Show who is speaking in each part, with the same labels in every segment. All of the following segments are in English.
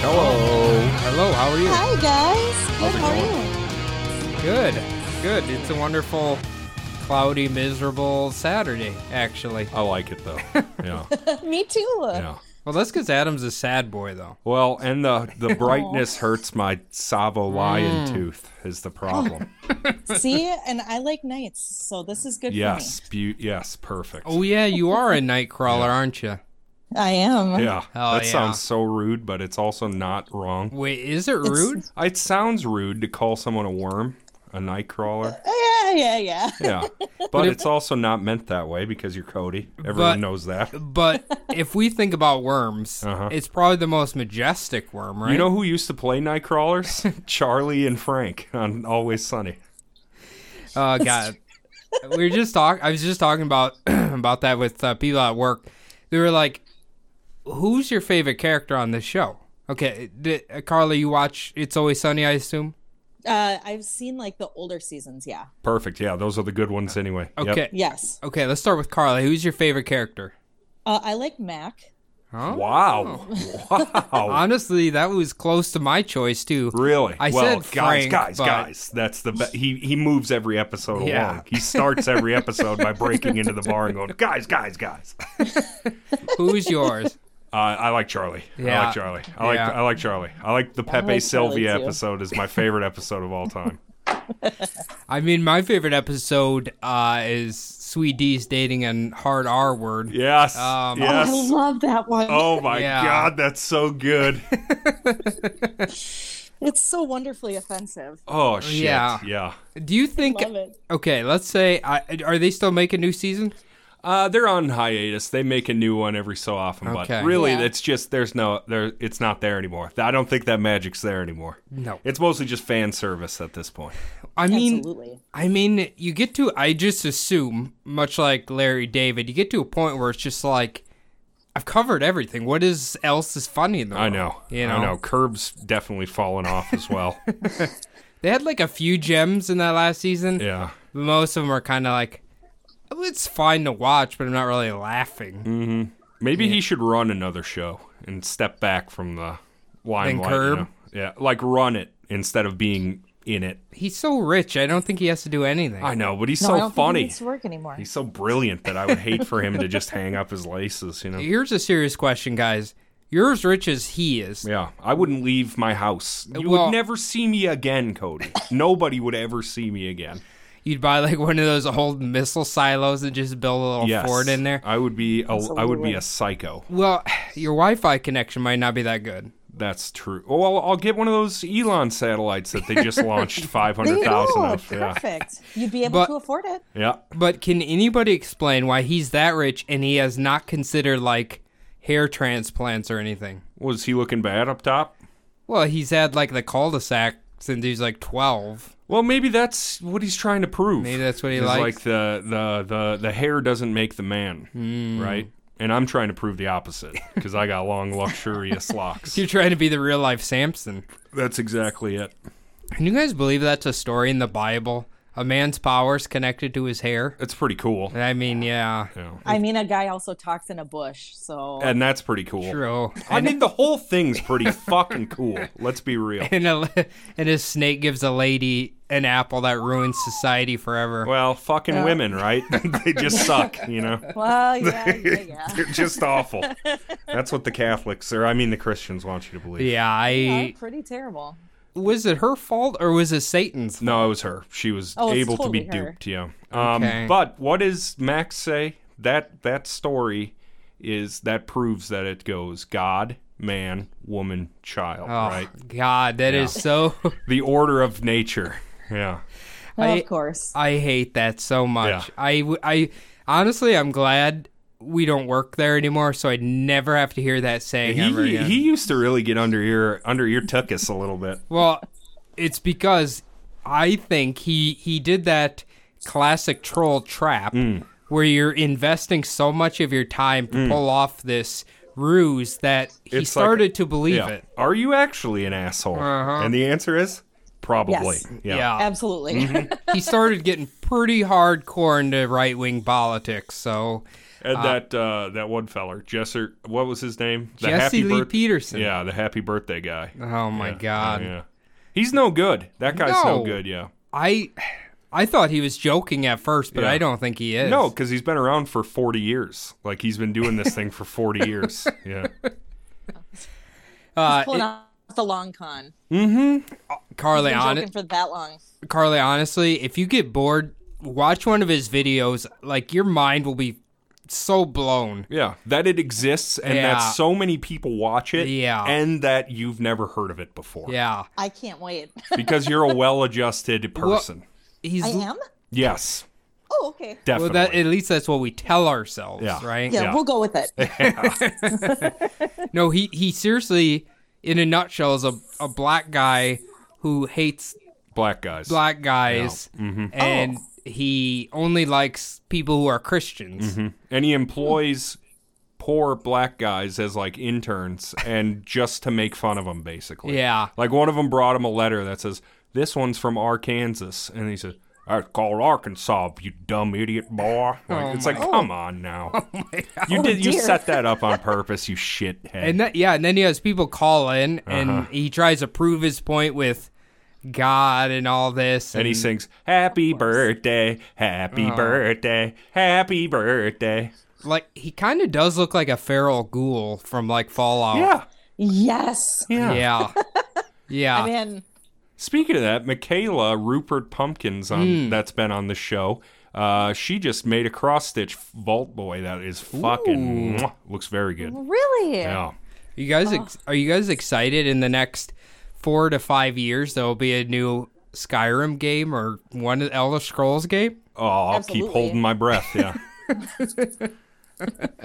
Speaker 1: Hello. Hello. How are you?
Speaker 2: Oh, Hi guys.
Speaker 1: How's
Speaker 2: Good.
Speaker 1: it
Speaker 2: How are
Speaker 1: going?
Speaker 2: you?
Speaker 1: Good. Good. It's a wonderful, cloudy, miserable Saturday, actually.
Speaker 3: I like it though. Yeah,
Speaker 2: Me too.
Speaker 3: yeah.
Speaker 1: Well, that's because Adam's a sad boy, though.
Speaker 3: Well, and the the brightness hurts my Savo lion tooth is the problem.
Speaker 2: See, and I like nights, so this is good
Speaker 3: yes, be- yes, perfect.
Speaker 1: Oh yeah, you are a night crawler, aren't you?
Speaker 2: for me. I am.
Speaker 3: yeah,
Speaker 1: Oh,
Speaker 3: that
Speaker 1: yeah.
Speaker 3: sounds so rude, but it's also not wrong.
Speaker 1: Wait, is it rude?
Speaker 3: It sounds rude to call someone a worm, a night crawler.
Speaker 2: Yeah, yeah, yeah.
Speaker 3: Yeah, but it's also not meant that way because you're Cody. Everyone
Speaker 1: But-
Speaker 3: knows that.
Speaker 1: But if we think about worms,
Speaker 3: Uh-huh.
Speaker 1: it's probably the most majestic worm, right?
Speaker 3: You know who used to play night crawlers? Charlie and Frank on Always Sunny.
Speaker 1: Oh god, we were just talking. I was just talking about about that with uh, people at work. They were like, "Who's your favorite character on this show?" Okay, d- uh, Carla, you watch It's Always Sunny, I assume.
Speaker 2: Uh, I've seen like the older seasons. Yeah.
Speaker 3: Perfect. Yeah, those are the good ones anyway. Yep.
Speaker 1: Okay,
Speaker 2: Yes.
Speaker 1: okay, let's start with Carla. Who's your favorite character?
Speaker 2: Uh, I like Mac.
Speaker 1: Huh?
Speaker 3: Wow.
Speaker 1: Oh.
Speaker 3: Wow.
Speaker 1: Honestly, that was close to my choice too.
Speaker 3: Really?
Speaker 1: I
Speaker 3: well,
Speaker 1: said
Speaker 3: guys,
Speaker 1: Frank,
Speaker 3: guys,
Speaker 1: but-
Speaker 3: guys. That's the best. He he moves every episode
Speaker 1: Yeah.
Speaker 3: along. He starts every episode by breaking into the bar and going, guys, guys, guys.
Speaker 1: Who's yours?
Speaker 3: Uh, I like Charlie. I
Speaker 1: Yeah.
Speaker 3: like Charlie. I like
Speaker 1: Yeah.
Speaker 3: I like Charlie. I like the Pepe
Speaker 2: like Charlie,
Speaker 3: Sylvia
Speaker 2: too.
Speaker 3: episode is my favorite episode of all time.
Speaker 1: I mean, my favorite episode uh, is Sweet D's dating and hard R word.
Speaker 3: Yes.
Speaker 1: Um,
Speaker 3: yes.
Speaker 2: Oh, I love that one.
Speaker 3: oh my
Speaker 1: Yeah.
Speaker 3: god, that's so good.
Speaker 2: It's so wonderfully offensive.
Speaker 3: Oh shit.
Speaker 1: Yeah.
Speaker 3: Yeah.
Speaker 1: Do you think?
Speaker 2: Love it.
Speaker 1: Okay, let's say I, are they still making new season?
Speaker 3: Uh, they're on hiatus. They make a new one every so often,
Speaker 1: Okay.
Speaker 3: but really,
Speaker 2: Yeah.
Speaker 3: it's just there's no there. It's not there anymore. I don't think that magic's there anymore.
Speaker 1: No.
Speaker 3: it's mostly just fan service at this point.
Speaker 1: I mean,
Speaker 2: Absolutely.
Speaker 1: I mean, you get to, I just assume, much like Larry David, you get to a point where it's just like, I've covered everything. What is else is funny in the world?
Speaker 3: I know.
Speaker 1: You know?
Speaker 3: I know. Curb's definitely fallen off as well.
Speaker 1: They had like a few gems in that last season.
Speaker 3: yeah.
Speaker 1: But most of them are kind of like, "Oh, it's fine to watch, but I'm not really laughing.
Speaker 3: Mm. Maybe he should run another show and step back from the limelight. you
Speaker 1: Curb?
Speaker 3: know? Yeah, like run it instead of being in it.
Speaker 1: He's so rich. I don't think he has to do anything.
Speaker 3: I know, but he's
Speaker 2: No, I
Speaker 3: so
Speaker 2: don't Think he
Speaker 3: funny.
Speaker 2: needs to work anymore.
Speaker 3: He's so brilliant that I would hate for him to just hang up his laces, you know.
Speaker 1: Here's a serious question, guys. You're as rich as he is.
Speaker 3: Yeah, I wouldn't leave my house. You
Speaker 1: Well-
Speaker 3: would never see me again, Cody. Nobody would ever see me again.
Speaker 1: You'd buy like one of those old missile silos and just build a little
Speaker 3: Yes, Uh,
Speaker 1: fort in there.
Speaker 3: I would be a, I would be a psycho.
Speaker 1: Well, your Wi-Fi connection might not be that good.
Speaker 3: That's true. Oh, I'll, I'll get one of those Elon satellites that they just launched five
Speaker 2: There
Speaker 3: hundred
Speaker 2: you go.
Speaker 3: thousand of. Yeah,
Speaker 2: Perfect. You'd be able
Speaker 1: But-
Speaker 2: to afford it.
Speaker 3: yeah.
Speaker 1: But can anybody explain why he's that rich and he has not considered like hair transplants or anything?
Speaker 3: Was he looking bad up top?
Speaker 1: Well, he's had like the cul-de-sac since he's like 12.
Speaker 3: Well, maybe that's what he's trying to prove.
Speaker 1: Maybe that's what he
Speaker 3: Is
Speaker 1: likes.
Speaker 3: Like the, the the the hair doesn't make the man,
Speaker 1: Hmm.
Speaker 3: right? And I'm trying to prove the opposite because I got long, luxurious locks.
Speaker 1: You're trying to be the real life Samson.
Speaker 3: That's exactly it.
Speaker 1: Can you guys believe that's a story in the Bible? A man's powers connected to his hair?
Speaker 3: That's pretty cool.
Speaker 1: I mean, yeah.
Speaker 3: Yeah.
Speaker 2: I mean, a guy also talks in a bush, so
Speaker 3: And that's pretty cool.
Speaker 1: True.
Speaker 3: I mean, the whole thing's pretty fucking cool. Let's be real.
Speaker 1: And, a, and a snake gives a lady an apple that ruins society forever.
Speaker 3: Well, fucking women, right? they just suck, you know?
Speaker 2: well, yeah, yeah, yeah.
Speaker 3: They're just awful. That's what the Catholics, or I mean the Christians, want you to believe.
Speaker 1: yeah, I.
Speaker 2: Are pretty terrible.
Speaker 1: Was it her fault or was it Satan's?
Speaker 3: No, it was her. She was
Speaker 2: Oh, it's
Speaker 3: able to be
Speaker 2: totally her.
Speaker 3: duped, yeah. Um,
Speaker 1: Okay.
Speaker 3: But what does Max say? That that story is that proves that it goes God, man, woman, child,
Speaker 1: Oh,
Speaker 3: right?
Speaker 1: God, that is so.
Speaker 3: The order of nature. Yeah.
Speaker 2: Well,
Speaker 1: I-
Speaker 2: of course.
Speaker 1: I hate that so much.
Speaker 3: Yeah.
Speaker 1: I, w- I- honestly, I'm glad we don't work there anymore, so I'd never have to hear that saying ever
Speaker 3: He,
Speaker 1: again.
Speaker 3: he used to really get under your under your tuckus a little bit.
Speaker 1: well, it's because I think he he did that classic troll trap
Speaker 3: Mm.
Speaker 1: where you're investing so much of your time to pull off this ruse that he
Speaker 3: It's like-
Speaker 1: started to believe it.
Speaker 3: Are you actually an asshole?
Speaker 1: Uh-huh.
Speaker 3: And the answer is probably.
Speaker 2: Yes.
Speaker 3: Yeah.
Speaker 2: Absolutely.
Speaker 1: Mm-hmm. he started getting pretty hardcore into right wing politics. So
Speaker 3: And that uh, that one feller, Jesser, what was his name? The
Speaker 1: Jesse Lee
Speaker 3: birth-
Speaker 1: Peterson.
Speaker 3: Yeah, the happy birthday guy.
Speaker 1: Oh my
Speaker 3: Yeah,
Speaker 1: god.
Speaker 3: yeah. He's no good. That guy's no,
Speaker 1: No.
Speaker 3: good. Yeah.
Speaker 1: I I thought he was joking at first, but
Speaker 3: Yeah.
Speaker 1: I don't think he is.
Speaker 3: No, because he's been around for 40 years. Like he's been doing this thing for 40 years. Yeah.
Speaker 1: uh,
Speaker 2: Pulling
Speaker 1: it-
Speaker 2: off the long con.
Speaker 1: Carly,
Speaker 2: Been
Speaker 1: on,
Speaker 2: joking for that long.
Speaker 1: Carly, honestly, if you get bored, watch one of his videos. Like your mind will be so blown.
Speaker 3: Yeah. That it exists and that
Speaker 1: Yeah.
Speaker 3: so many people watch it.
Speaker 1: Yeah.
Speaker 3: And that you've never heard of it before.
Speaker 1: Yeah,
Speaker 2: I can't wait.
Speaker 3: Because you're a well adjusted person.
Speaker 1: he's.
Speaker 2: I am.
Speaker 3: yes.
Speaker 2: Oh, okay.
Speaker 1: Well,
Speaker 3: Definitely.
Speaker 1: that at least that's what we tell ourselves,
Speaker 3: Yeah.
Speaker 1: right?
Speaker 2: Yeah,
Speaker 3: Yeah.
Speaker 2: we'll go with it.
Speaker 1: No, he he seriously, in a nutshell, is a a black guy who hates
Speaker 3: Black guys.
Speaker 1: black guys,
Speaker 3: Mm-hmm.
Speaker 1: and
Speaker 2: Oh.
Speaker 1: he only likes people who are Christians.
Speaker 3: Mm-hmm. And he employs poor black guys as like interns and just to make fun of them, basically.
Speaker 1: Yeah.
Speaker 3: Like one of them brought him a letter that says, "This one's from Arkansas," and he said, "That's called Arkansas, you dumb idiot boy." Like,
Speaker 1: Oh
Speaker 3: it's
Speaker 1: my- Oh
Speaker 3: like, come on now. You did. You
Speaker 2: dear.
Speaker 3: set that up on purpose, you shithead.
Speaker 1: And that, yeah, and then he has people call in, and
Speaker 3: Uh-huh.
Speaker 1: he tries to prove his point with God and all this.
Speaker 3: and he sings, "Happy birthday, happy
Speaker 1: Oh.
Speaker 3: birthday, happy birthday."
Speaker 1: like he kind of does look like a feral ghoul from like Fallout.
Speaker 3: Yeah,
Speaker 2: Yes.
Speaker 3: yeah.
Speaker 1: Oh. yeah, yeah.
Speaker 2: I mean,
Speaker 3: Speaking of that, Michaela Rupert Pumpkins on
Speaker 1: Hmm.
Speaker 3: that's been on the show. Uh, she just made a cross stitch Vault Boy that is fucking mwah, looks very good.
Speaker 2: really?
Speaker 3: Yeah.
Speaker 1: you guys,
Speaker 2: oh.
Speaker 1: ex- are you guys excited? In the next four to five years, there will be a new Skyrim game or one Elder Scrolls game.
Speaker 3: Oh, I'll
Speaker 2: Absolutely.
Speaker 3: keep holding my breath. Yeah.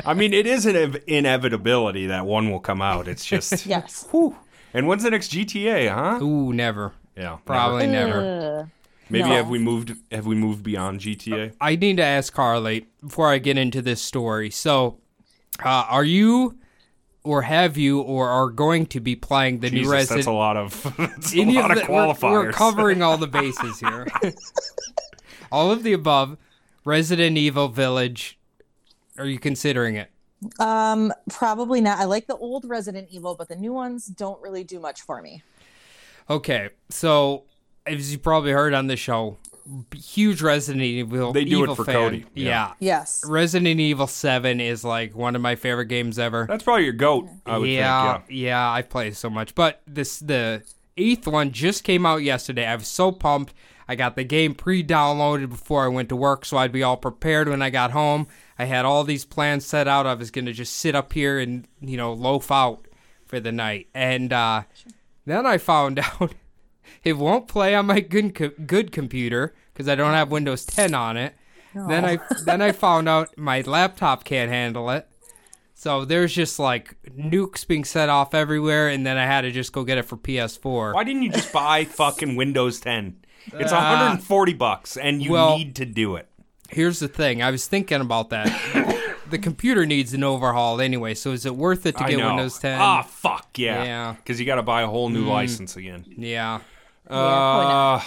Speaker 3: I mean, it is an ev- inevitability that one will come out. It's just.
Speaker 2: Yes.
Speaker 3: Whew. And when's the next GTA? Huh?
Speaker 1: Ooh, never.
Speaker 3: Yeah.
Speaker 1: Probably
Speaker 3: never.
Speaker 1: never.
Speaker 2: Ugh.
Speaker 3: Maybe
Speaker 2: No.
Speaker 3: have we moved? Have we moved beyond GTA?
Speaker 1: I need to ask Carly before I get into this story. So, uh, are you, or have you, or are going to be playing the new
Speaker 3: Jesus,
Speaker 1: Resident?
Speaker 3: that's a lot of. That's a
Speaker 1: Any
Speaker 3: lot of
Speaker 1: the- we're-
Speaker 3: qualifiers.
Speaker 1: We're, covering all the bases here. all of the above. Resident Evil Village. Are you considering it?
Speaker 2: Um, probably not. I like the old Resident Evil, but the new ones don't really do much for me.
Speaker 1: Okay, so as you probably heard on the show, b- huge Resident Evil.
Speaker 3: They do it
Speaker 1: Evil
Speaker 3: for
Speaker 1: fan.
Speaker 3: Cody, yeah.
Speaker 1: Yeah.
Speaker 2: Yes.
Speaker 1: Resident Evil Seven is like one of my favorite games ever.
Speaker 3: That's probably your goat. I would
Speaker 1: yeah,
Speaker 3: think.
Speaker 1: yeah, I play so much. But this the eighth one just came out yesterday. I was so pumped. I got the game pre-downloaded before I went to work, so I'd be all prepared when I got home. I had all these plans set out. I was gonna just sit up here and you know loaf out for the night, and uh, then I found out it won't play on my good co- good computer because I don't have Windows 10 on it. Then I then I found out my laptop can't handle it. So there's just like nukes being set off everywhere, and then I had to just go get it for PS4.
Speaker 3: Why didn't you just buy fucking Windows 10? It's 140 bucks, and you
Speaker 1: Uh, well-
Speaker 3: need to do it.
Speaker 1: Here's the thing: I was thinking about that. the computer needs an overhaul anyway, so is it worth it to
Speaker 3: I
Speaker 1: get
Speaker 3: know.
Speaker 1: Windows 10?
Speaker 3: Ah, fuck yeah.
Speaker 1: Yeah. Mm.
Speaker 3: Because you got to buy a whole new license again.
Speaker 1: Yeah,
Speaker 3: Uh,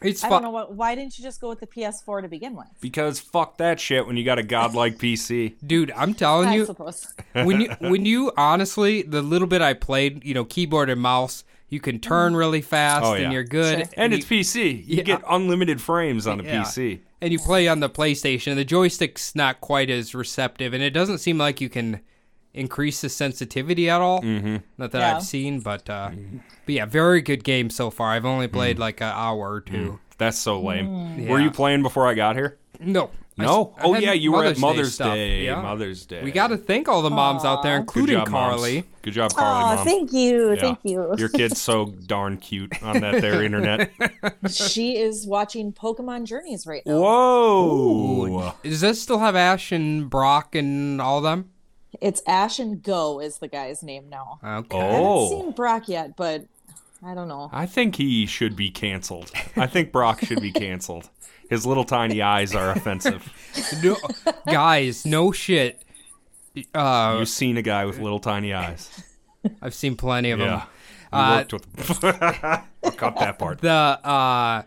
Speaker 1: it's
Speaker 2: I don't
Speaker 1: fun.
Speaker 2: know what. Why didn't you just go with the PS4 to begin with?
Speaker 3: because fuck that shit when you got a godlike PC.
Speaker 1: dude. I'm telling
Speaker 2: I
Speaker 1: you,
Speaker 2: suppose.
Speaker 1: when you when you honestly the little bit I played, you know, keyboard and mouse, you can turn really fast
Speaker 3: Oh, yeah.
Speaker 1: and you're good.
Speaker 2: Sure.
Speaker 3: And it's PC. You get unlimited frames on a
Speaker 1: Yeah.
Speaker 3: PC.
Speaker 1: And you play on the PlayStation. The joystick's not quite as receptive, and it doesn't seem like you can increase the sensitivity at all. Mm-hmm. Not that
Speaker 2: Yeah.
Speaker 1: I've seen, but uh,
Speaker 3: Mm.
Speaker 1: but yeah, very good game so far. I've only played like an hour or two.
Speaker 3: That's so lame. Were
Speaker 1: Mm. Yeah.
Speaker 3: you playing before I got here?
Speaker 1: No, I
Speaker 3: Mm. No.
Speaker 1: s- I
Speaker 3: oh
Speaker 1: had
Speaker 3: yeah, you were at
Speaker 1: Day
Speaker 3: Mother's Day.
Speaker 1: stuff. Yeah.
Speaker 3: Mother's Day.
Speaker 1: we got to thank all the moms out there,
Speaker 3: Good
Speaker 1: including
Speaker 3: job, moms.
Speaker 1: Carly.
Speaker 3: Good job, Carly.
Speaker 2: Oh,
Speaker 3: mom.
Speaker 2: thank you,
Speaker 3: Yeah.
Speaker 2: thank you.
Speaker 3: Your kid's so darn cute on that there internet.
Speaker 2: she is watching Pokemon Journeys right now.
Speaker 3: Whoa.
Speaker 1: Does that still have Ash and Brock and all them?
Speaker 2: It's Ash and Go is the guy's name now.
Speaker 1: Okay.
Speaker 2: I haven't
Speaker 3: Oh.
Speaker 2: seen Brock yet, but I don't know.
Speaker 3: I think he should be canceled. I think Brock should be canceled. His little tiny eyes are offensive.
Speaker 1: No,
Speaker 3: Oh.
Speaker 1: guys, no shit. Uh,
Speaker 3: You've seen a guy with little tiny eyes. Um,
Speaker 1: I've seen plenty of them.
Speaker 3: Yeah. We
Speaker 1: Uh,
Speaker 3: worked with I caught that part.
Speaker 1: the uh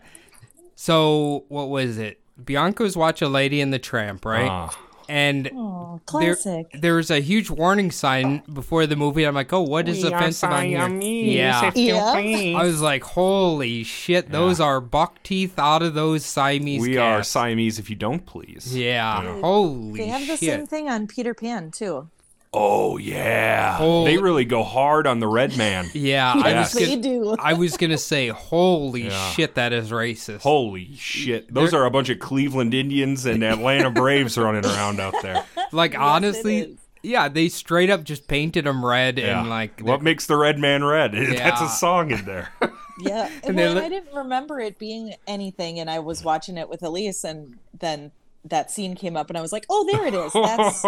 Speaker 1: so what was it bianca's watch a lady in the tramp right
Speaker 3: Ah,
Speaker 1: and
Speaker 2: Oh,
Speaker 1: there,
Speaker 2: classic.
Speaker 1: there was a huge warning sign before the movie. I'm like, oh, what is offensive on here? yeah,
Speaker 2: Yeah.
Speaker 3: Oh,
Speaker 1: I was like, holy shit, those are buck teeth out of those Siamese.
Speaker 3: We are
Speaker 1: cats.
Speaker 3: Siamese if you don't please.
Speaker 1: Yeah, holy
Speaker 2: They have the
Speaker 1: shit.
Speaker 2: same thing on Peter Pan too.
Speaker 3: Oh yeah.
Speaker 1: Oh.
Speaker 3: They really go hard on the red man.
Speaker 1: Yeah, I was
Speaker 3: Yes.
Speaker 2: They
Speaker 1: gonna,
Speaker 2: do.
Speaker 1: I was gonna say, holy shit, that is racist.
Speaker 3: Holy shit. Those are a bunch of Cleveland Indians and Atlanta Braves running around out there.
Speaker 1: like honestly,
Speaker 2: is.
Speaker 1: yeah, they straight up just painted them red
Speaker 3: Yeah.
Speaker 1: and like
Speaker 3: what makes the red man red? That's
Speaker 1: Yeah.
Speaker 3: a song in there.
Speaker 2: Yeah.
Speaker 1: And they
Speaker 2: well,
Speaker 1: look-
Speaker 2: I didn't remember it being anything, and I was watching it with Elise, and then that scene came up, and I was like, "Oh, there it is. That's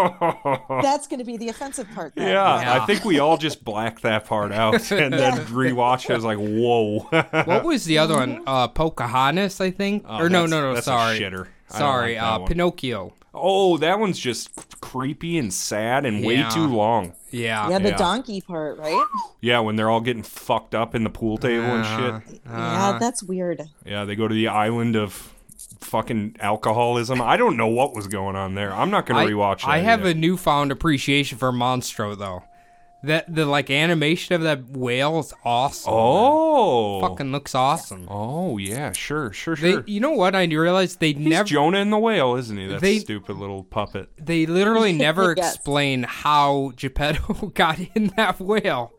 Speaker 2: that's going to be the offensive part." Then.
Speaker 3: Yeah,
Speaker 1: Yeah.
Speaker 3: I think we all just blacked that part out and then rewatched it. I was like, whoa.
Speaker 1: what was the other
Speaker 2: Mm-hmm.
Speaker 1: one? Uh, Pocahontas, I think.
Speaker 3: Oh,
Speaker 1: or no,
Speaker 3: that's-
Speaker 1: no, no.
Speaker 3: that's a
Speaker 1: Sorry,
Speaker 3: shitter. I don't
Speaker 1: sorry.
Speaker 3: like that
Speaker 1: uh,
Speaker 3: one.
Speaker 1: Pinocchio.
Speaker 3: oh, that one's just creepy and sad and
Speaker 1: Yeah.
Speaker 3: way too long.
Speaker 1: Yeah.
Speaker 2: Yeah, the
Speaker 3: Yeah.
Speaker 2: donkey part, right?
Speaker 3: Yeah, when they're all getting fucked up in the pool table
Speaker 1: Uh-huh.
Speaker 3: and shit.
Speaker 2: yeah, that's weird.
Speaker 3: Yeah, they go to the island of fucking alcoholism. I don't know what was going on there. I'm not
Speaker 1: I,
Speaker 3: going to rewatch that.
Speaker 1: I have
Speaker 3: either.
Speaker 1: a newfound appreciation for Monstro though. That the like animation of that whale is awesome.
Speaker 3: Oh.
Speaker 1: fucking looks awesome.
Speaker 3: Oh, yeah, sure, sure,
Speaker 1: They,
Speaker 3: sure.
Speaker 1: you know what? I realized they
Speaker 3: He's
Speaker 1: never,
Speaker 3: Jonah and the whale, isn't he? That
Speaker 1: They-
Speaker 3: stupid little puppet.
Speaker 1: they literally never
Speaker 2: Yes.
Speaker 1: explain how Geppetto got in that whale.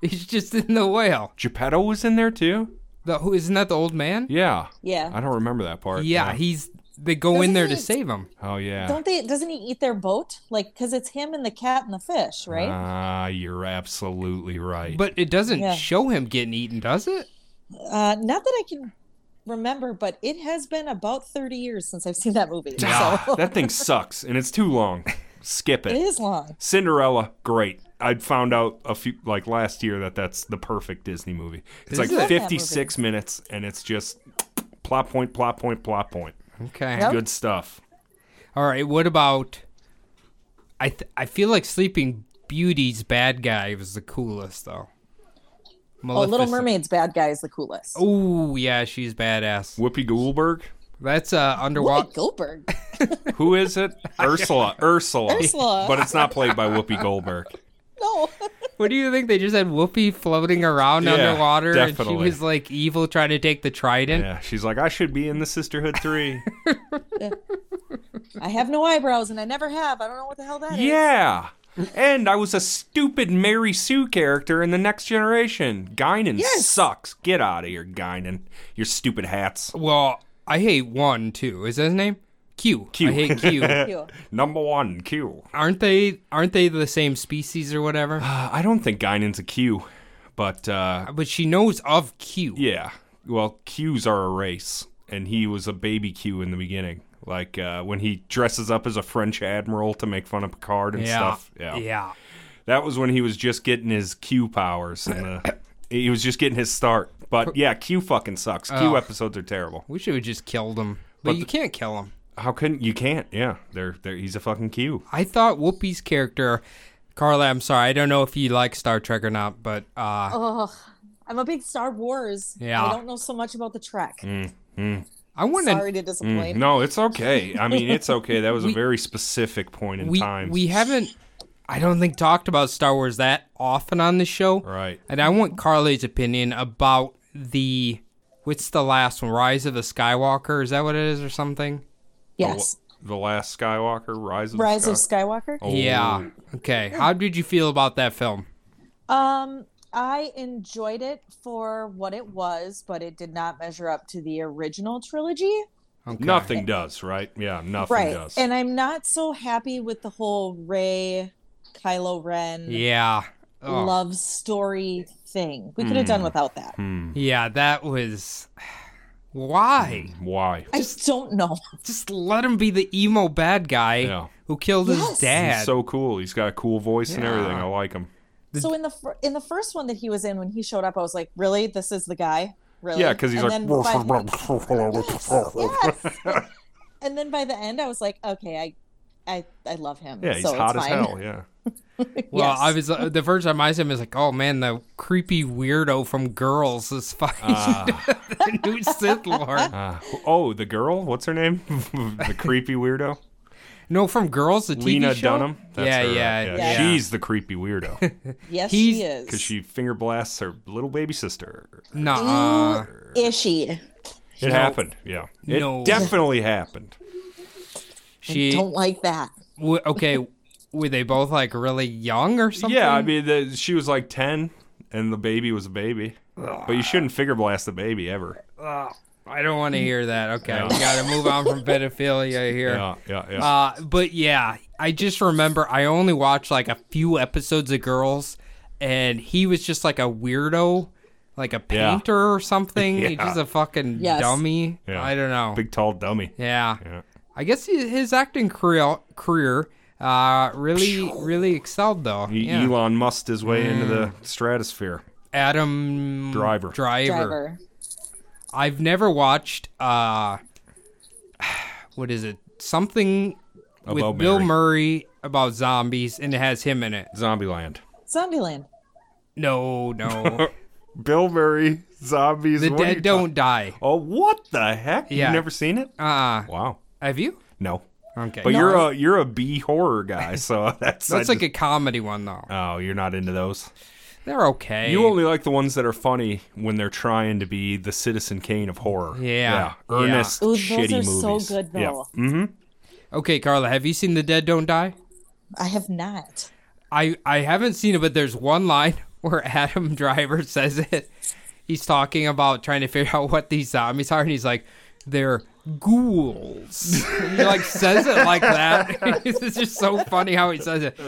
Speaker 1: He's just in the whale.
Speaker 3: Geppetto was in there too?
Speaker 1: The, who isn't that the old man?
Speaker 3: Yeah.
Speaker 2: Yeah.
Speaker 3: I don't remember that part.
Speaker 1: Yeah, he's they go in
Speaker 2: Doesn't
Speaker 1: there to
Speaker 2: he-
Speaker 1: save him.
Speaker 3: Oh yeah.
Speaker 2: Don't they? Doesn't he eat their boat? Like, because it's him and the cat and the fish, right?
Speaker 3: Ah, you're absolutely right.
Speaker 1: But it doesn't
Speaker 2: Yeah.
Speaker 1: show him getting eaten, does it?
Speaker 2: Uh, not that I can remember, but it has been about 30 years since I've seen that movie.
Speaker 3: Ah,
Speaker 2: So
Speaker 3: that thing sucks, and it's too long. Skip
Speaker 2: it
Speaker 3: it.
Speaker 2: is long.
Speaker 3: Cinderella, great. I found out a few like last year that that's the perfect Disney movie. It's like
Speaker 1: it? Love
Speaker 2: that movie.
Speaker 3: 56 minutes, and it's just plot point, plot point, plot point.
Speaker 1: Okay.
Speaker 2: Yep.
Speaker 3: Good stuff.
Speaker 1: All right. What about? I th- I feel like Sleeping Beauty's bad guy was the coolest though.
Speaker 2: Oh, Little
Speaker 1: Maleficent.
Speaker 2: Mermaid's bad guy is the coolest.
Speaker 3: Oh,
Speaker 1: Ooh, yeah, she's badass.
Speaker 3: Whoopi Goldberg.
Speaker 1: That's uh
Speaker 2: Whoopi
Speaker 1: underwater.
Speaker 2: Goldberg.
Speaker 3: Who is it? Ursula. Ursula.
Speaker 2: Ursula.
Speaker 3: But it's not played by Whoopi Goldberg.
Speaker 2: No.
Speaker 1: What do you think? They just had Whoopi floating around
Speaker 3: Yeah,
Speaker 1: underwater, and she
Speaker 3: definitely.
Speaker 1: was like evil, trying to take the trident.
Speaker 3: Yeah, she's like, I should be in the Sisterhood 3.
Speaker 2: I have no eyebrows and I never have. I don't know what the hell that is.
Speaker 3: Yeah. And I was a stupid Mary Sue character in The Next Generation. Guinan
Speaker 2: Yes.
Speaker 3: sucks. Get out of here, Guinan. Your stupid hats.
Speaker 1: Well, I hate one too. Is that his name? Q.
Speaker 3: Q.
Speaker 1: I hate Q.
Speaker 2: Ew.
Speaker 3: Number one, Q.
Speaker 1: aren't they? Aren't they the same species or whatever?
Speaker 3: Uh, I don't think Guinan's a Q, but uh,
Speaker 1: But she knows of Q.
Speaker 3: yeah. Well, Qs are a race, and he was a baby Q in the beginning. Like uh, when he dresses up as a French admiral to make fun of Picard and
Speaker 1: Yeah.
Speaker 3: stuff.
Speaker 1: yeah.
Speaker 3: That was when he was just getting his Q powers and the, he was just getting his start. But yeah, Q fucking sucks.
Speaker 2: Oh.
Speaker 3: Q episodes are terrible.
Speaker 1: We should have just killed him. But, you can't kill him.
Speaker 3: How couldn't you can't? Yeah, they're, they're he's a fucking Q.
Speaker 1: I thought Whoopi's character, Carla. I'm sorry, I don't know if you like Star Trek or not, but uh,
Speaker 2: Oh, I'm a big Star Wars.
Speaker 1: Yeah.
Speaker 2: I don't know so much about the Trek.
Speaker 1: I want
Speaker 2: Sorry
Speaker 1: to.
Speaker 2: to disappoint.
Speaker 3: Mm. No, it's okay. I mean, it's okay. That was a very specific point in
Speaker 1: We
Speaker 3: time.
Speaker 1: we haven't. I don't think talked about Star Wars that often on the show.
Speaker 3: right.
Speaker 1: And I want Carly's opinion about the what's the last one? Rise of the Skywalker? Is that what it is, or something?
Speaker 2: Yes.
Speaker 3: The last Skywalker, Rise of
Speaker 2: Rise
Speaker 3: the
Speaker 2: of Skywalker.
Speaker 3: Oh.
Speaker 1: Yeah. Okay. How did you feel about that film?
Speaker 2: Um, I enjoyed it for what it was, but it did not measure up to the original trilogy.
Speaker 1: Okay.
Speaker 3: Nothing does, right? Yeah, nothing
Speaker 2: Right.
Speaker 3: does.
Speaker 2: And I'm not so happy with the whole Ray, Kylo Ren
Speaker 1: Yeah. Oh,
Speaker 2: love story thing. We could have done
Speaker 3: Hmm.
Speaker 2: without that.
Speaker 1: yeah. That was. Why?
Speaker 3: Hmm. Why?
Speaker 2: I don't know.
Speaker 1: Just let him be the emo bad guy
Speaker 3: Yeah.
Speaker 1: who killed his
Speaker 2: Yes.
Speaker 1: dad.
Speaker 3: He's so cool. He's got a cool voice and
Speaker 1: Yeah.
Speaker 3: everything. I like him.
Speaker 2: So in the fir- in the first one that he was in, when he showed up, I was like, "Really? This is the guy? Really?"
Speaker 3: Yeah, because he's
Speaker 2: and
Speaker 3: like.
Speaker 2: then by the- yes, yes. and then by the end, I was like, "Okay, I, I, I love him."
Speaker 3: Yeah, he's
Speaker 2: so
Speaker 3: hot
Speaker 2: it's
Speaker 3: as
Speaker 2: fine.
Speaker 3: hell. Yeah.
Speaker 1: well,
Speaker 2: yes.
Speaker 1: I was uh, the first time I saw him I was like, oh man, the creepy weirdo from Girls is fucking
Speaker 3: Ah.
Speaker 1: the new Sith Lord.
Speaker 3: Uh, oh, the girl? What's her name? the creepy weirdo?
Speaker 1: No, from Girls, the TV
Speaker 3: Lena
Speaker 1: show?
Speaker 3: Dunham. That's
Speaker 1: Yeah,
Speaker 3: her, uh,
Speaker 1: yeah, yeah.
Speaker 3: She's the creepy weirdo
Speaker 2: Yes,
Speaker 1: He's-
Speaker 2: she is.
Speaker 3: because she finger blasts her little baby sister. uh,
Speaker 1: Nah.
Speaker 2: is she?
Speaker 3: It happened. Yeah, it
Speaker 1: No.
Speaker 3: definitely happened.
Speaker 1: She
Speaker 2: Don't like that.
Speaker 1: w- okay. Were they both like really young or something?
Speaker 3: Yeah, I mean, the, she was like ten, and the baby was a baby. But you shouldn't finger blast the baby ever.
Speaker 1: I don't want to hear that. Okay, we got to move on from pedophilia here.
Speaker 3: Yeah, yeah, yeah.
Speaker 1: Uh, but yeah, I just remember I only watched like a few episodes of Girls, and he was just like a weirdo, like a
Speaker 3: Yeah.
Speaker 1: painter or something. He's
Speaker 3: Yeah.
Speaker 1: just a fucking
Speaker 2: Yes.
Speaker 1: dummy.
Speaker 3: Yeah.
Speaker 1: I don't know.
Speaker 3: Big tall dummy.
Speaker 1: yeah.
Speaker 3: Yeah.
Speaker 1: I guess he, his acting career career uh, really really excelled though.
Speaker 3: E-
Speaker 1: yeah. Mm.
Speaker 3: Elon musked his way into the stratosphere.
Speaker 1: Adam
Speaker 3: Driver.
Speaker 1: Driver.
Speaker 2: Driver.
Speaker 1: I've never watched uh, what is it? Something
Speaker 3: About
Speaker 1: with Bill
Speaker 3: Mary.
Speaker 1: Murray about zombies, and it has him in it.
Speaker 3: Zombieland.
Speaker 2: Zombieland.
Speaker 1: No, no.
Speaker 3: Bill Murray, zombies.
Speaker 1: the
Speaker 3: what are you
Speaker 1: dead don't die.
Speaker 3: Oh, what the heck?
Speaker 1: Yeah.
Speaker 3: You've never seen it?
Speaker 1: Uh
Speaker 3: Wow.
Speaker 1: have you?
Speaker 3: No.
Speaker 1: Okay.
Speaker 3: But you're a you're a B horror guy, so that's
Speaker 1: that's like a comedy one though.
Speaker 3: Oh, you're not into those.
Speaker 1: They're okay.
Speaker 3: You only like the ones that are funny when they're trying to be the Citizen Kane of horror.
Speaker 1: Yeah. Yeah.
Speaker 3: Earnest,
Speaker 2: Ooh, those
Speaker 3: shitty
Speaker 2: are
Speaker 3: movies.
Speaker 2: so good, though.
Speaker 3: Yeah. Mm,
Speaker 1: okay, Carla, have you seen The Dead Don't Die?
Speaker 2: I have not.
Speaker 1: I I haven't seen it, but there's one line where Adam Driver says it. He's talking about trying to figure out what these zombies are, and he's like, "They're ghouls." And he like says it like that. it's just so funny how he says it.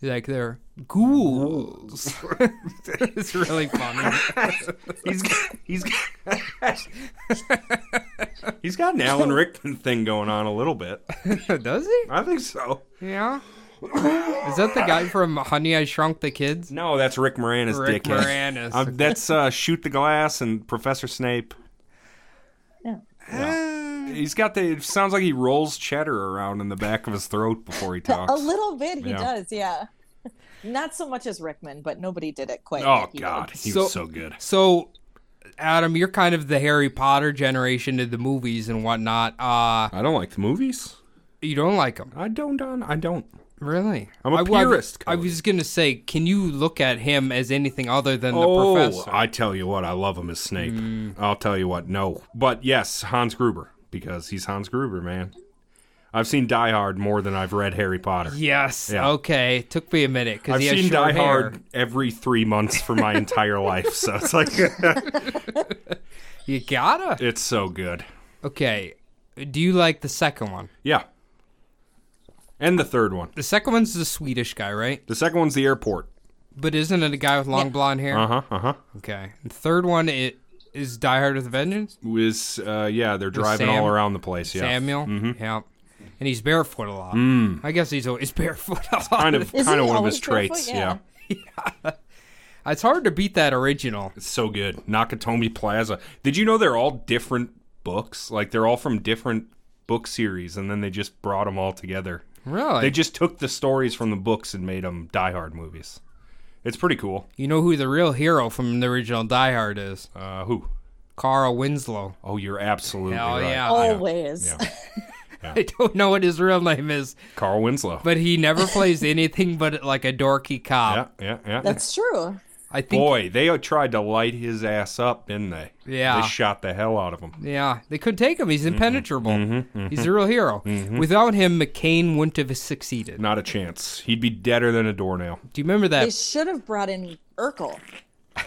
Speaker 1: He's like, "They're ghouls." it's really funny.
Speaker 3: He's got, he's got, he's got an Alan Rickman thing going on a little bit.
Speaker 1: Does he?
Speaker 3: I think so.
Speaker 1: Yeah. Is that the guy from Honey I Shrunk the Kids?
Speaker 3: No, that's Rick Moranis.
Speaker 1: Rick
Speaker 3: dickhead.
Speaker 1: Moranis.
Speaker 3: Um, that's uh, shoot the glass and Professor Snape.
Speaker 2: Yeah.
Speaker 3: He's got the. It sounds like he rolls cheddar around in the back of his throat before he talks.
Speaker 2: A little bit, he
Speaker 3: Yeah.
Speaker 2: does, yeah. Not so much as Rickman, but nobody did it quite.
Speaker 3: oh
Speaker 2: like he
Speaker 3: God,
Speaker 2: did.
Speaker 3: he
Speaker 1: So-
Speaker 3: was so good.
Speaker 1: So, Adam, you're kind of the Harry Potter generation of the movies and whatnot. Uh,
Speaker 3: I don't like the movies.
Speaker 1: you don't like them,
Speaker 3: I don't. Don. I don't.
Speaker 1: really?
Speaker 3: I'm a
Speaker 1: I- well, I-
Speaker 3: purist,
Speaker 1: I,
Speaker 3: Cody.
Speaker 1: was gonna say, can you look at him as anything other than
Speaker 3: oh,
Speaker 1: the professor? Mm.
Speaker 3: I tell you what, I love him as Snape. I'll tell you what, no, but yes, Hans Gruber because he's Hans Gruber, man. I've seen Die Hard more than I've read Harry Potter.
Speaker 1: yes.
Speaker 3: Yeah.
Speaker 1: Okay. Took me a minute because
Speaker 3: I've
Speaker 1: he has
Speaker 3: seen
Speaker 1: short
Speaker 3: Die
Speaker 1: hair.
Speaker 3: Hard every three months for my entire life, so it's like
Speaker 1: You gotta.
Speaker 3: it's so good.
Speaker 1: Okay. Do you like the second one?
Speaker 3: Yeah, and the third one.
Speaker 1: The second one's the Swedish guy, right?
Speaker 3: The second one's the airport.
Speaker 1: But isn't it a guy with long blonde hair?
Speaker 3: Uh huh. Uh huh.
Speaker 1: Okay. The third one it is Die Hard with a Vengeance.
Speaker 3: Was uh, yeah, they're driving
Speaker 1: Sam-
Speaker 3: all around the place. Yeah, Mm-hmm. Mm.
Speaker 1: Samuel. Yeah. And he's barefoot a lot. I guess he's always barefoot a lot.
Speaker 3: kind of
Speaker 2: Isn't
Speaker 3: kind of
Speaker 2: he
Speaker 3: one of
Speaker 2: always
Speaker 3: his
Speaker 2: barefoot?
Speaker 3: traits.
Speaker 2: Yeah.
Speaker 3: yeah.
Speaker 1: It's hard to beat that original.
Speaker 3: It's so good. Nakatomi Plaza. Did you know they're all different books? Like they're all from different book series, and then they just brought them all together.
Speaker 1: Really?
Speaker 3: They just took the stories from the books and made them Die Hard movies. It's pretty cool.
Speaker 1: you know who the real hero from the original Die Hard is?
Speaker 3: Uh, who?
Speaker 1: Carl Winslow.
Speaker 3: Oh, you're absolutely
Speaker 1: Hell
Speaker 3: right. Oh.
Speaker 1: yeah.
Speaker 2: Always.
Speaker 3: Yeah.
Speaker 1: I don't know what his real name is,
Speaker 3: Carl Winslow.
Speaker 1: but uh, he never plays anything but like a dorky cop.
Speaker 3: yeah, yeah, yeah.
Speaker 2: That's true.
Speaker 1: I think.
Speaker 3: Boy, they uh, tried to light his ass up, didn't they?
Speaker 1: Yeah.
Speaker 3: They shot the hell out of him.
Speaker 1: Yeah, they couldn't take him. He's
Speaker 3: Mm-hmm.
Speaker 1: impenetrable. He's a real hero. Without him, McCain wouldn't have succeeded.
Speaker 3: Not a chance. He'd be deader than a doornail.
Speaker 1: Do you remember that
Speaker 2: They should have brought in Urkel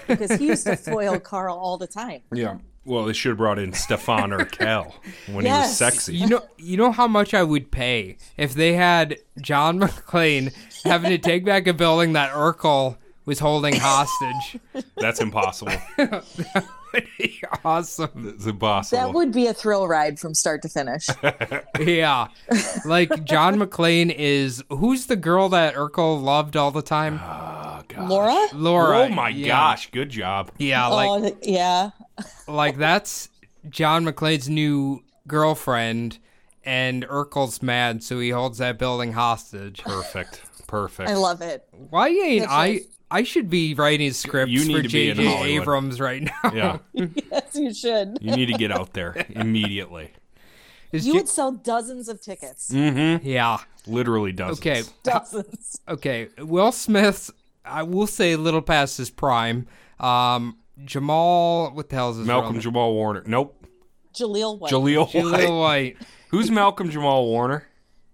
Speaker 2: because he used to foil Carl all the time.
Speaker 3: Yeah. Well, they should have brought in Stefan Urkel when he was
Speaker 2: Yes.
Speaker 3: sexy.
Speaker 1: You know, you know how much I would pay if they had John McClane having to take back a building that Urkel was holding hostage.
Speaker 3: That's impossible.
Speaker 1: awesome,
Speaker 3: It's impossible.
Speaker 2: That would be a thrill ride from start to finish.
Speaker 1: yeah. Like John McClane is who's the girl that Urkel loved all the time?
Speaker 2: Laura?
Speaker 1: Laura.
Speaker 3: Uh, Ah, oh my
Speaker 1: yeah.
Speaker 3: gosh, good job.
Speaker 1: Yeah, like
Speaker 2: oh, yeah.
Speaker 1: like that's John McClane's new girlfriend, and Urkel's mad, so he holds that building hostage.
Speaker 3: Perfect. Perfect.
Speaker 2: I love it.
Speaker 1: Why ain't
Speaker 2: That's
Speaker 1: I?
Speaker 2: right.
Speaker 1: I should be writing scripts
Speaker 3: You need
Speaker 1: for
Speaker 3: to be in
Speaker 1: J.J.
Speaker 3: Hollywood.
Speaker 1: Abrams right now.
Speaker 3: yeah.
Speaker 2: Yes, you should.
Speaker 3: You need to get Mm. out there immediately.
Speaker 1: Is
Speaker 2: You
Speaker 1: J-
Speaker 2: would sell dozens of tickets.
Speaker 1: Yeah.
Speaker 3: Mm-hmm. Literally dozens.
Speaker 1: Okay,
Speaker 2: Dozens.
Speaker 1: okay. Will Smith's, I will say, a little past his prime. Um, Jamal, what the hell is his
Speaker 3: Malcolm
Speaker 1: real name?
Speaker 3: Jamal Warner. Nope.
Speaker 2: Jaleel White.
Speaker 3: Jaleel White.
Speaker 1: Jaleel White.
Speaker 3: Who's Malcolm Jamal Warner?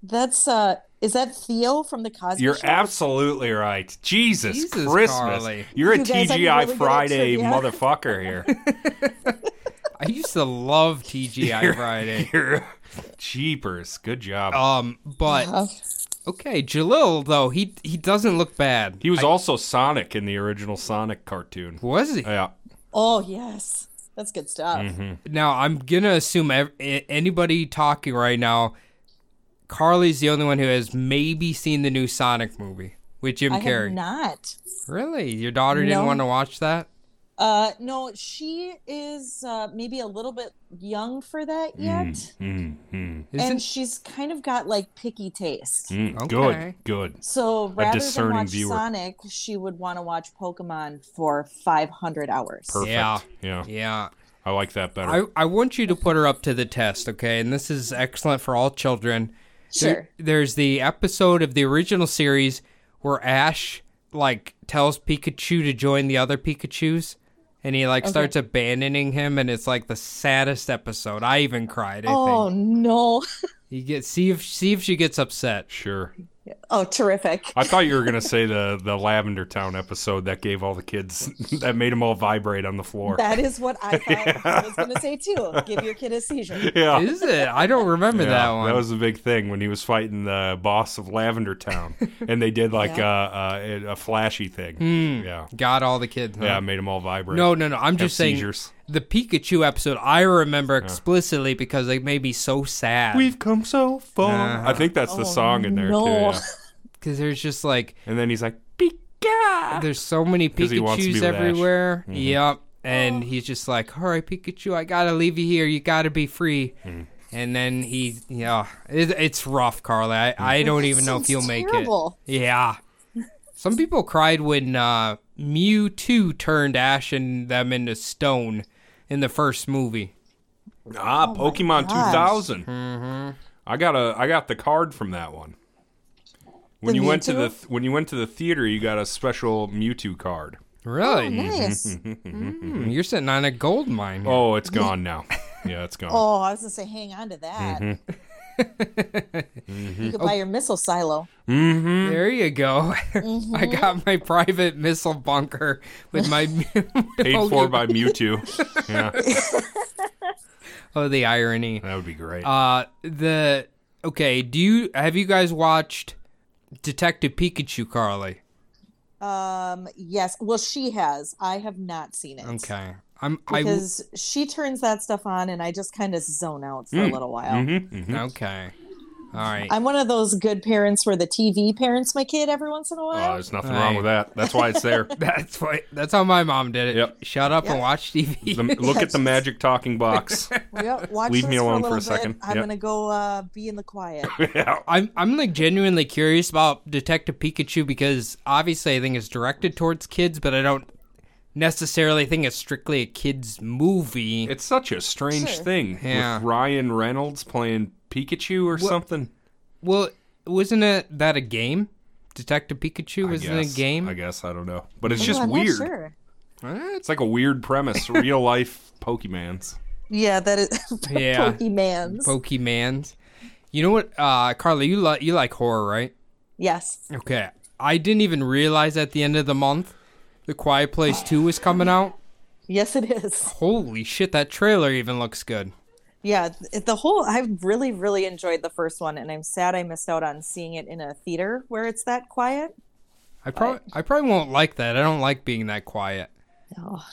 Speaker 2: That's uh is that Theo from the Cosby
Speaker 3: You're
Speaker 2: Show?
Speaker 3: absolutely right. Jesus,
Speaker 1: Jesus,
Speaker 3: Christmas.
Speaker 1: Carly.
Speaker 3: You're a
Speaker 2: You guys are
Speaker 3: TGI
Speaker 2: really good at
Speaker 3: Friday
Speaker 2: trivia.
Speaker 3: motherfucker here.
Speaker 1: I used to love TGI Friday.
Speaker 3: You're jeepers. Good job.
Speaker 1: Um, but
Speaker 2: Uh,
Speaker 1: okay, Jalil though he he doesn't look bad.
Speaker 3: he was also Sonic in the original Sonic cartoon.
Speaker 1: Was he?
Speaker 3: Yeah.
Speaker 2: oh yes. That's good stuff.
Speaker 3: Mm-hmm.
Speaker 1: Now I'm gonna assume ev- a- anybody talking right now, Carly's the only one who has maybe seen the new Sonic movie with Jim
Speaker 2: I
Speaker 1: Carrey.
Speaker 2: have not.
Speaker 1: Really, your daughter didn't
Speaker 2: No.
Speaker 1: want to watch that?
Speaker 2: Uh no, she is uh maybe a little bit young for
Speaker 3: Hmm.
Speaker 2: that yet.
Speaker 3: Mm-hmm.
Speaker 2: and
Speaker 1: Isn't
Speaker 2: she's kind of got like picky taste.
Speaker 1: Okay.
Speaker 3: Good. Good.
Speaker 2: So rather than
Speaker 3: Hmm. discerning
Speaker 2: watch
Speaker 3: viewer.
Speaker 2: Sonic, she would want to watch Pokemon for 500 hours.
Speaker 3: Perfect.
Speaker 1: Yeah.
Speaker 3: Yeah.
Speaker 1: yeah.
Speaker 3: I like that better.
Speaker 1: I I want you to put her up to the test, okay? And this is excellent for all children.
Speaker 2: Sure.
Speaker 1: There- there's the episode of the original series where Ash like tells Pikachu to join the other Pikachu's, and he like starts abandoning him, and it's like the saddest episode. I even cried. I
Speaker 2: Oh
Speaker 1: think.
Speaker 2: no.
Speaker 1: You get see if see if she gets upset.
Speaker 3: sure.
Speaker 2: Oh, terrific.
Speaker 3: I thought you were gonna say the the Lavender Town episode that gave all the kids that made them all vibrate on the floor.
Speaker 2: That is what I thought I was going to say too. Give your kid a seizure.
Speaker 3: yeah.
Speaker 1: Is it? I don't remember
Speaker 3: Yeah,
Speaker 1: that one.
Speaker 3: was the big thing when he was fighting the boss of Lavender Town, and they did like uh, a, a a flashy thing. Yeah,
Speaker 1: Got all the kids. Hmm. huh?
Speaker 3: yeah, it made them all vibrate.
Speaker 1: No, no, no. I'm just saying
Speaker 3: seizures.
Speaker 1: the Pikachu episode. I remember explicitly because they made me so sad.
Speaker 3: we've come so far.
Speaker 1: Uh-huh.
Speaker 3: I think that's the song in there too.
Speaker 2: Oh, no.
Speaker 3: yeah.
Speaker 1: because there's just like
Speaker 3: And then he's like, "Pika."
Speaker 1: there's so many
Speaker 3: Ah. he wants to be
Speaker 1: Pikachu's
Speaker 3: with Ash. Mm-hmm.
Speaker 1: everywhere. Yep. And he's just like, "All right, Pikachu, I gotta leave you here. You gotta be free."
Speaker 3: Mm-hmm.
Speaker 1: And then he, yeah, it, it's rough, Carly. I, I
Speaker 3: Mm-hmm.
Speaker 1: don't even know if
Speaker 2: sounds
Speaker 1: you'll make
Speaker 2: terrible.
Speaker 1: it. Yeah. Some people cried when uh, Mewtwo turned Ash and them into stone in the first movie.
Speaker 3: ah, Pokemon
Speaker 2: Oh gosh.
Speaker 3: 2000.
Speaker 1: Mm-hmm.
Speaker 3: I got a I got the card from that one. When
Speaker 2: The
Speaker 3: you went to the
Speaker 2: Mewtwo?
Speaker 3: when you went to the theater, you got a special Mewtwo card.
Speaker 1: Really?
Speaker 3: Mm-hmm.
Speaker 2: Nice.
Speaker 1: Hmm, you're sitting on a gold mine. here.
Speaker 3: Oh, it's gone now. Yeah, it's gone.
Speaker 2: Oh, I was going to say, hang on to that.
Speaker 3: Mm-hmm.
Speaker 2: You
Speaker 3: Oh.
Speaker 2: could buy your missile silo.
Speaker 1: There you go. I got my private missile bunker with my
Speaker 3: Paid for by Mewtwo. yeah,
Speaker 1: Oh, the irony.
Speaker 3: that would be great.
Speaker 1: Uh the okay, do you have you guys watched Detective Pikachu Carly?
Speaker 2: Um, yes. Well, she has. I have not seen it.
Speaker 1: Okay. I'm I w-
Speaker 2: Because she turns that stuff on and I just kind of zone out
Speaker 3: Mm.
Speaker 2: for a little while.
Speaker 3: Mm-hmm.
Speaker 1: mm-hmm.
Speaker 3: Uh,
Speaker 1: okay. All right.
Speaker 2: I'm one of those good parents where the TV parents my kid every once in a
Speaker 3: Oh,
Speaker 2: while.
Speaker 3: there's nothing
Speaker 1: Right.
Speaker 3: wrong with that. That's why it's there.
Speaker 1: That's what that's how my mom did it.
Speaker 3: Yep.
Speaker 1: Shut up and watch TV.
Speaker 3: The, look at the magic talking box.
Speaker 2: Yep, watch
Speaker 3: Leave
Speaker 2: this
Speaker 3: me alone for a
Speaker 2: little bit.
Speaker 3: second.
Speaker 2: I'm
Speaker 3: Yep.
Speaker 2: gonna go uh, be in the quiet.
Speaker 3: yeah.
Speaker 1: I'm I'm like genuinely curious about Detective Pikachu because obviously I think it's directed towards kids, but I don't necessarily think it's strictly a kids movie.
Speaker 3: It's such a strange
Speaker 2: Sure.
Speaker 3: thing
Speaker 1: Yeah.
Speaker 3: with Ryan Reynolds playing Pikachu or something.
Speaker 1: well, wasn't it that a game? Detective Pikachu
Speaker 3: I
Speaker 1: was in a
Speaker 3: guess.
Speaker 1: game.
Speaker 3: I guess I don't know, but it's
Speaker 2: Oh,
Speaker 3: just
Speaker 2: I'm not
Speaker 3: weird.
Speaker 2: sure.
Speaker 3: It's like a weird premise. Real life Pokemans.
Speaker 2: Yeah, that is
Speaker 1: Yeah.
Speaker 2: Pokemans.
Speaker 1: Pokemans. You know what, uh, Carly? You like you like horror, right?
Speaker 2: yes.
Speaker 1: Okay. I didn't even realize at the end of the month, The Quiet Place Two was coming out.
Speaker 2: Yes, it is.
Speaker 1: Holy shit! That trailer even looks good.
Speaker 2: Yeah, th- the whole I really, really enjoyed the first one, and I'm sad I missed out on seeing it in a theater where it's that quiet.
Speaker 1: I probably I probably won't like that. I don't like being that quiet.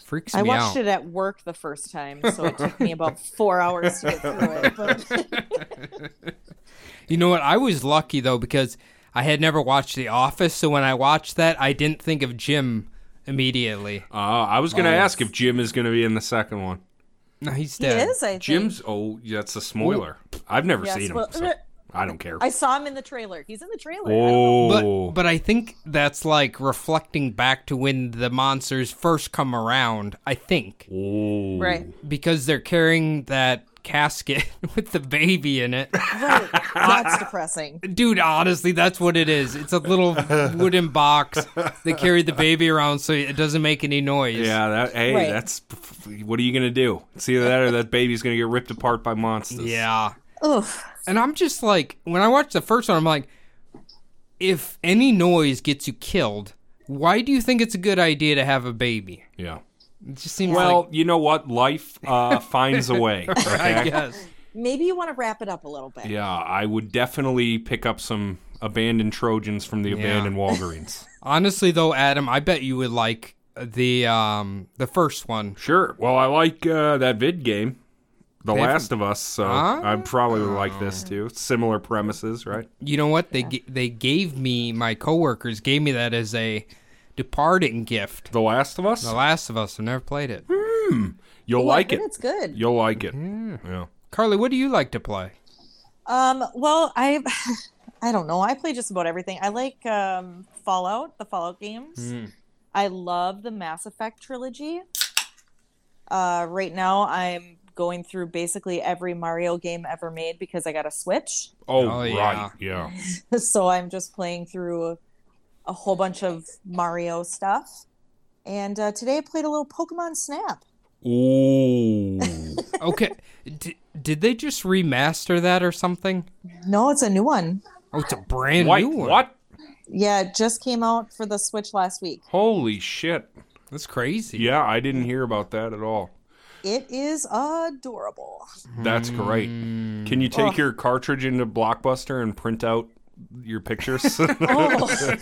Speaker 1: Freaks me
Speaker 2: I watched
Speaker 1: out.
Speaker 2: it at work the first time, so it took me about four hours to get through it. But
Speaker 1: You know what? I was lucky though because I had never watched The Office, so when I watched that, I didn't think of Jim immediately.
Speaker 3: Uh, I was gonna ask if Jim is gonna be in the second one.
Speaker 1: No, Uh, he's
Speaker 2: he
Speaker 1: dead.
Speaker 2: is, I think.
Speaker 3: Jim's. Oh, yeah, that's a spoiler. I've never
Speaker 2: Yes,
Speaker 3: seen him.
Speaker 2: well, uh,
Speaker 3: so I don't care.
Speaker 2: I saw him in the trailer. He's in the trailer. I
Speaker 3: Oh.
Speaker 2: don't know.
Speaker 1: But
Speaker 3: Whoa.
Speaker 1: but I think that's like reflecting back to when the monsters first come around. I think
Speaker 3: Whoa.
Speaker 2: Right.
Speaker 1: because they're carrying that casket with the baby in it.
Speaker 2: Right. That's depressing.
Speaker 1: Dude, honestly, that's what it is. It's a little wooden box that carried the baby around so it doesn't make any noise.
Speaker 3: Yeah, that, hey,
Speaker 2: Right.
Speaker 3: that's what are you gonna do? It's either that or that baby's gonna get ripped apart by monsters.
Speaker 1: Yeah.
Speaker 2: Oof.
Speaker 1: And I'm just like, when I watched the first one, I'm like, if any noise gets you killed, why do you think it's a good idea to have a baby?
Speaker 3: yeah.
Speaker 1: It just seems
Speaker 3: Well, you know what? Life uh, finds a way.
Speaker 1: like, I
Speaker 3: okay?
Speaker 1: guess.
Speaker 2: Maybe you want to wrap it up a little bit.
Speaker 3: Yeah, I would definitely pick up some abandoned Trojans from the abandoned Walgreens.
Speaker 1: Honestly, though, Adam, I bet you would like the um the first one.
Speaker 3: sure. Well, I like uh, that vid game, The Last of Us. So I probably
Speaker 1: Oh.
Speaker 3: would like this too. Similar premises, right?
Speaker 1: You know what? They g- they gave me my coworkers gave me that as a departing gift.
Speaker 3: The Last of Us.
Speaker 1: The Last of Us. I've never played it.
Speaker 3: You'll
Speaker 2: Well, I
Speaker 3: like it.
Speaker 2: think It's good.
Speaker 3: You'll like it.
Speaker 1: Mm-hmm.
Speaker 3: Yeah.
Speaker 1: Carly, what do you like to play?
Speaker 2: Um, well, I I don't know. I play just about everything. I like um, Fallout, the Fallout games.
Speaker 3: Hmm.
Speaker 2: I love the Mass Effect trilogy. Uh, right now, I'm going through basically every Mario game ever made because I got a Switch.
Speaker 3: Oh,
Speaker 1: Oh, yeah.
Speaker 3: right. Yeah.
Speaker 2: so I'm just playing through a whole bunch of Mario stuff. And uh, today I played a little Pokemon Snap.
Speaker 3: Ooh.
Speaker 1: Okay, D- did they just remaster that or something?
Speaker 2: No, it's a new one.
Speaker 1: Oh, it's a brand
Speaker 3: Wait,
Speaker 1: new one.
Speaker 3: what?
Speaker 2: Yeah, it just came out for the Switch last week.
Speaker 3: Holy shit.
Speaker 1: That's crazy.
Speaker 3: Yeah, I didn't hear about that at all.
Speaker 2: It is adorable.
Speaker 3: That's great. Can you
Speaker 1: Hmm.
Speaker 3: take your cartridge into Blockbuster and print out your pictures?
Speaker 2: Oh,